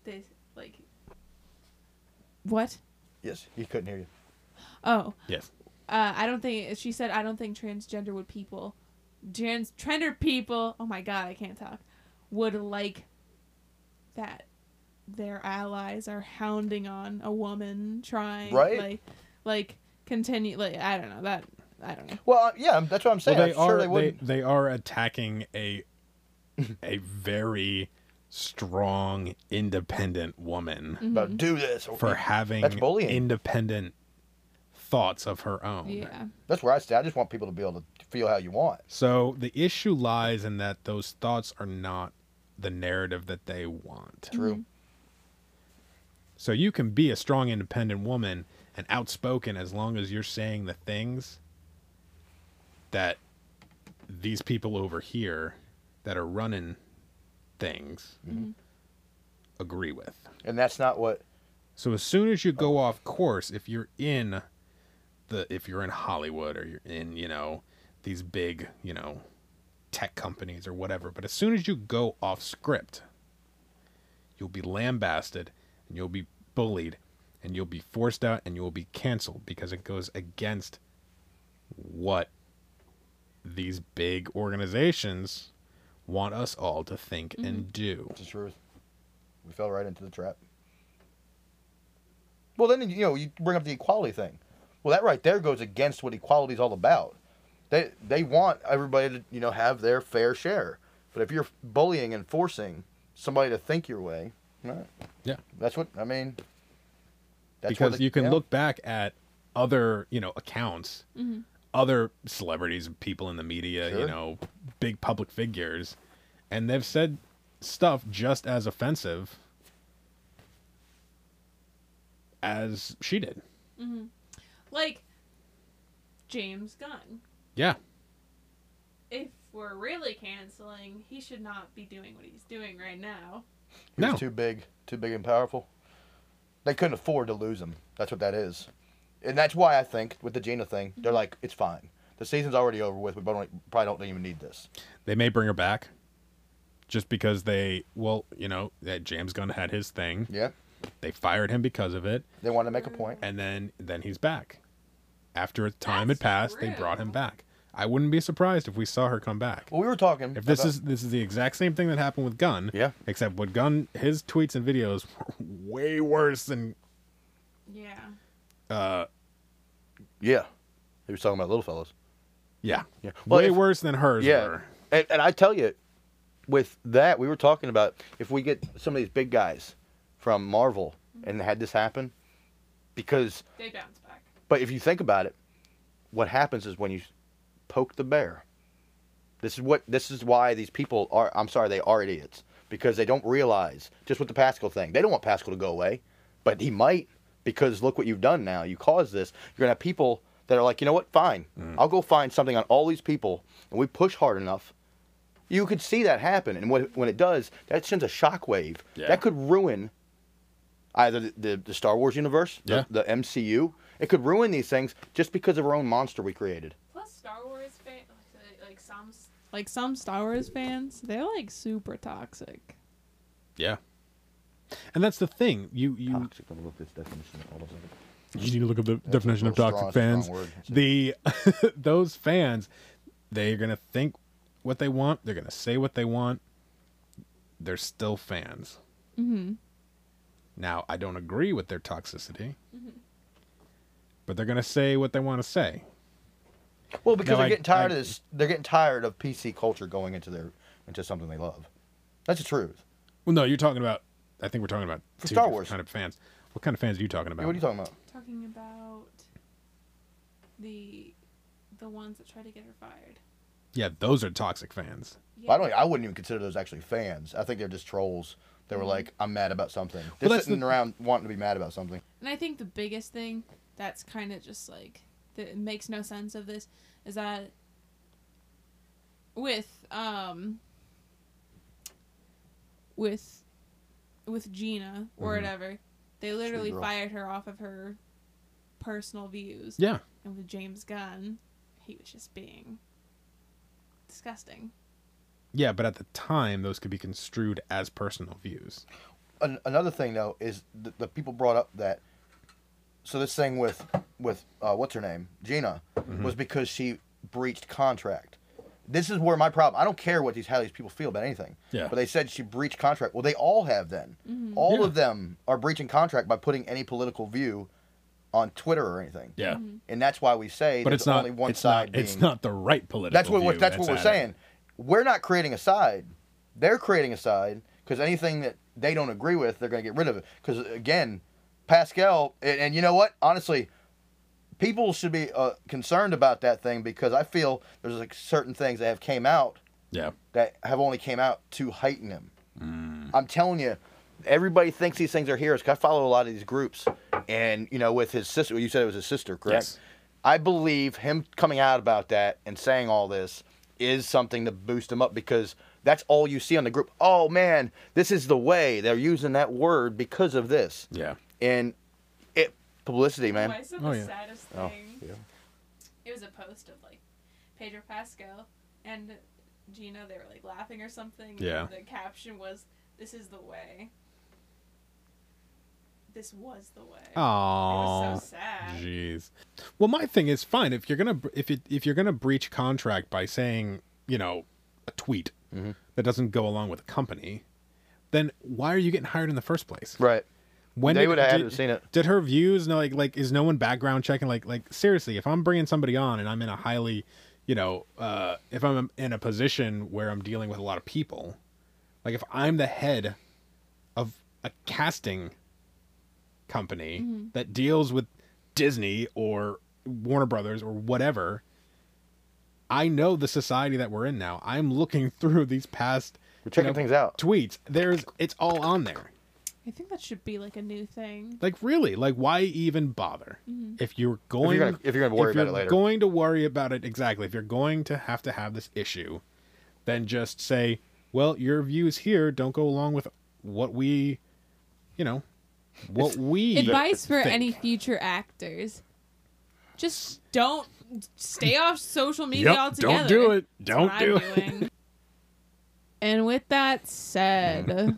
S2: this. Like. What?
S1: yes, he couldn't hear you.
S2: Oh.
S7: Yes.
S2: uh, I don't think she said I don't think transgender would people trans transgender people oh my god I can't talk would like that their allies are hounding on a woman trying
S1: Right.
S2: like like continue like I don't know that I don't know
S1: Well, uh, yeah, that's what I'm
S7: Well,
S1: saying.
S7: they
S1: I'm sure
S7: are
S1: they
S7: they,
S1: wouldn't.
S7: they are attacking a a very strong independent woman.
S2: Mm-hmm.
S1: But do this.
S7: for having
S1: That's bullying.
S7: independent thoughts of her own.
S2: Yeah.
S1: That's where I stay. I just want people to be able to feel how you want.
S7: So the issue lies in that those thoughts are not the narrative that they want.
S1: True.
S7: So you can be a strong, independent woman and outspoken as long as you're saying the things that these people over here that are running things agree with.
S1: And that's not what.
S7: So as soon as you go off course, if you're in the if you're in Hollywood or you're in, you know, these big, you know, tech companies or whatever, but as soon as you go off script, you'll be lambasted and you'll be bullied and you'll be forced out and you'll be canceled because it goes against what these big organizations want us all to think and do.
S1: It's the truth. We fell right into the trap. Well, then you know you bring up the equality thing. Well, that right there goes against what equality is all about. They they want everybody to you know have their fair share, but if you're bullying and forcing somebody to think your way, right,
S7: Yeah.
S1: that's what I mean. That's where
S7: because
S1: the-
S7: you can
S1: yeah.
S7: look back at other you know accounts other celebrities people in the media you
S1: Sure.
S7: know big public figures and they've said stuff just as offensive as she did
S2: Like James Gunn.
S7: yeah
S2: If we're really canceling, he should not be doing what he's doing right now.
S1: He was
S7: No.
S1: too big, too big and powerful. They couldn't afford to lose him. That's what that is, and that's why I think with the Gina thing, they're like, it's fine. The season's already over with. We probably don't- probably don't even need this.
S7: they may bring her back just because they well you know that james gunn had his thing
S1: Yeah,
S7: they fired him because of it
S1: they want to make a point.
S7: and then then he's back. After a time
S2: That's
S7: had passed, they
S2: true.
S7: brought him back. I wouldn't be surprised if we saw her come back.
S1: Well, we were talking.
S7: If this
S1: about-
S7: is this is the exact same thing that happened with Gunn,
S1: Yeah.
S7: Except with Gunn, his tweets and videos were way worse than
S2: Yeah.
S1: yeah, he was talking about little fellas.
S7: yeah,
S1: Yeah. Well,
S7: way
S1: if-
S7: worse than hers.
S1: Yeah,
S7: were.
S1: and, and I tell you, with that we were talking about if we get some of these big guys from Marvel and had this happen, because
S2: They bounce back.
S1: But if you think about it, what happens is when you poke the bear. This is what this is why these people are I'm sorry, they are idiots. Because they don't realize just with the Pascal thing. They don't want Pascal to go away. But he might because look what you've done now. You caused this. You're gonna have people that are like, you know what, fine. I'll go find something on all these people and we push hard enough. You could see that happen and when, when it does, that sends a shockwave.
S7: Yeah.
S1: That could ruin either the, the, the Star Wars universe, the-
S7: Yeah.
S1: the MCU. It could ruin these things just because of our own monster we created.
S2: Plus, Star Wars fans, like some, like some Star Wars fans, they're like super toxic.
S7: yeah. And that's the thing. You you
S1: Toxic. I'm gonna look this definition up. Hold on a second.
S3: You need to look up the
S1: That's
S3: definition
S1: a
S3: of
S1: real
S3: toxic
S1: strong-
S3: fans.
S1: strong word. That's it.
S7: the those fans they're gonna think what they want they're gonna say what they want they're still fans mm-hmm. now i don't agree with their toxicity but they're gonna say what they want to say
S1: Well, because
S7: No,
S1: they're
S7: I-
S1: getting tired
S7: I-
S1: of this. They're getting tired of PC culture going into their into something they love. That's the truth.
S7: well no you're talking about i think we're talking about
S1: For
S7: two
S1: Star
S7: different
S1: Wars.
S7: kind of fans what kind of fans are you talking about
S1: What are you talking about?
S2: Talking about the the ones that try to get her fired.
S7: yeah those are toxic fans
S1: I don't. I wouldn't even consider those actually fans. I think they're just trolls. They were like, "I'm mad about something." They're
S7: that's
S1: sitting
S7: the-
S1: around wanting to be mad about something.
S2: And I think the biggest thing that's kind of just like that makes no sense of this is that with um with with Gina or whatever, they literally
S1: girl.
S2: fired her off of her personal views.
S7: yeah
S2: And with James Gunn, he was just being disgusting.
S7: yeah but at the time those could be construed as personal views
S1: an, another thing though is the, the people brought up that so this thing with with uh, what's her name Gina
S7: Mm-hmm.
S1: was because she breached contract. This is where my problem. I don't care what these how these people feel about anything.
S7: Yeah.
S1: But they said she breached contract. Well, they all have then. All
S7: Yeah.
S1: of them are breaching contract by putting any political view on Twitter or anything.
S7: yeah
S1: And that's why we say
S7: but
S1: there's
S7: it's not
S1: only one
S7: it's
S1: side.
S7: not,
S1: being,
S7: it's not the right political
S1: that's what we're,
S7: view
S1: that's what we're
S7: at it.
S1: saying. We're not creating a side. They're creating a side because anything that they don't agree with, they're going to get rid of it. Because again, Pascal, and, and you know what? Honestly, people should be uh, concerned about that thing because I feel there's like certain things that have came out
S7: Yeah.
S1: that have only came out to heighten him. I'm telling you, everybody thinks these things are heroes. 'cause I follow a lot of these groups, and you know, with his sister, you said it was his sister, correct?
S7: Yes.
S1: I believe him coming out about that and saying all this is something to boost him up because that's all you see on the group. Oh man, this is the way they're using that word because of this,
S7: Yeah.
S1: and it publicity, man.
S2: said
S3: Oh, yeah.
S2: saddest
S1: Oh, yeah.
S2: It was a post of like Pedro Pascal and Gina. They were like laughing or something.
S7: Yeah.
S2: the caption was, "This is the way." This was the way.
S7: Aww.
S2: sad.
S7: Jeez. Well, my thing is fine if you're gonna if it if you're gonna breach contract by saying you know a tweet
S1: Mm-hmm.
S7: that doesn't go along with a company, then why are you getting hired in the first place?
S1: Right.
S7: When
S1: They
S7: did-
S1: would've had
S7: did-
S1: to have seen it.
S7: Did her views no like like is no one background checking like like seriously if I'm bringing somebody on and I'm in a highly you know uh if I'm in a position where I'm dealing with a lot of people, like if I'm the head of a casting company that deals with Disney or Warner Brothers or whatever, I know the society that we're in now. I'm looking through these past
S1: We're checking
S7: you know,
S1: things out.
S7: tweets. There's it's all on there.
S2: I think that should be like a new thing.
S7: Like really, like why even bother
S2: Mm-hmm.
S7: if you're going
S1: gonna- if you're gonna worry about it
S7: you're
S1: later.
S7: Going to worry about it exactly. If you're going to have to have this issue, then just say, well, your views here don't go along with what we, you know, what we
S2: Advice for
S7: think."
S2: any future actors: just don't stay off social media
S7: Yep,
S2: altogether.
S7: don't do it. Don't
S2: what
S7: do
S2: I'm
S7: it.
S2: doing. and with that said,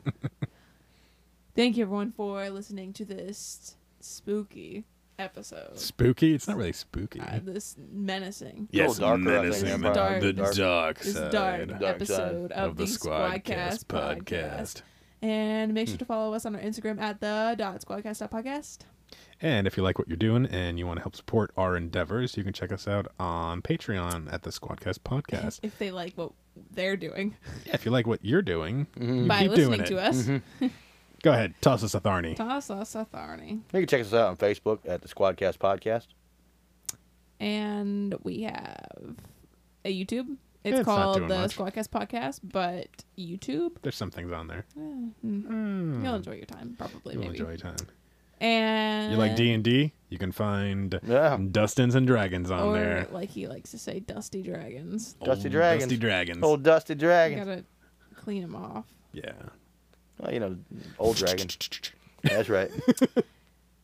S2: thank you everyone for listening to this spooky episode.
S7: Spooky? It's not really spooky.
S2: Uh, this menacing,
S1: Yes, darker, I think, menacing, yeah,
S2: dark. the dark
S7: dark
S2: this dark,
S1: side
S2: episode of, the, Squadcast podcast. And make
S7: Hmm.
S2: sure to follow us on our Instagram at the dot squadcast dot podcast.
S7: And if you like what you're doing and you want to help support our endeavors, you can check us out on Patreon at the Squadcast podcast.
S2: If they like what they're doing
S7: Yeah, if you like what you're doing,
S1: Mm-hmm.
S7: you
S2: by
S7: Mm-hmm. keep
S2: listening
S7: doing it. Mm-hmm.
S2: to us,
S7: Go ahead, toss us a tharny.
S2: toss us authority.
S1: You can check us out on Facebook at the Squadcast Podcast.
S2: And we have a YouTube. It's,
S7: It's not
S2: called
S7: doing
S2: the
S7: much.
S2: Squadcast Podcast, but YouTube.
S7: There's some things on there.
S2: You'll enjoy your time, probably.
S7: Hmm. You'll
S2: maybe. Eh.
S7: enjoy your time.
S2: And
S7: You like D and D? You can find
S1: Yeah.
S7: Dustins and Dragons on
S2: or
S7: there.
S2: like he likes to say, Dusty Dragons.
S1: Dusty
S7: Old
S1: Dragons.
S7: Dusty Dragons.
S1: Old Dusty
S2: You
S1: Dragon.
S2: gotta clean him off.
S7: Yeah.
S1: Well, you know, old dragon. That's right.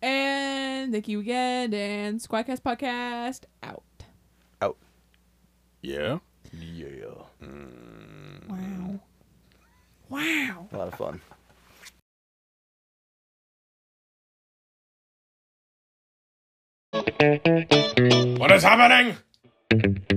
S2: And thank you again. And Squadcast Podcast out.
S1: Out.
S7: Yeah.
S1: Yeah.
S7: Mm-hmm.
S2: Wow. Wow.
S1: A lot of fun.
S7: What is happening?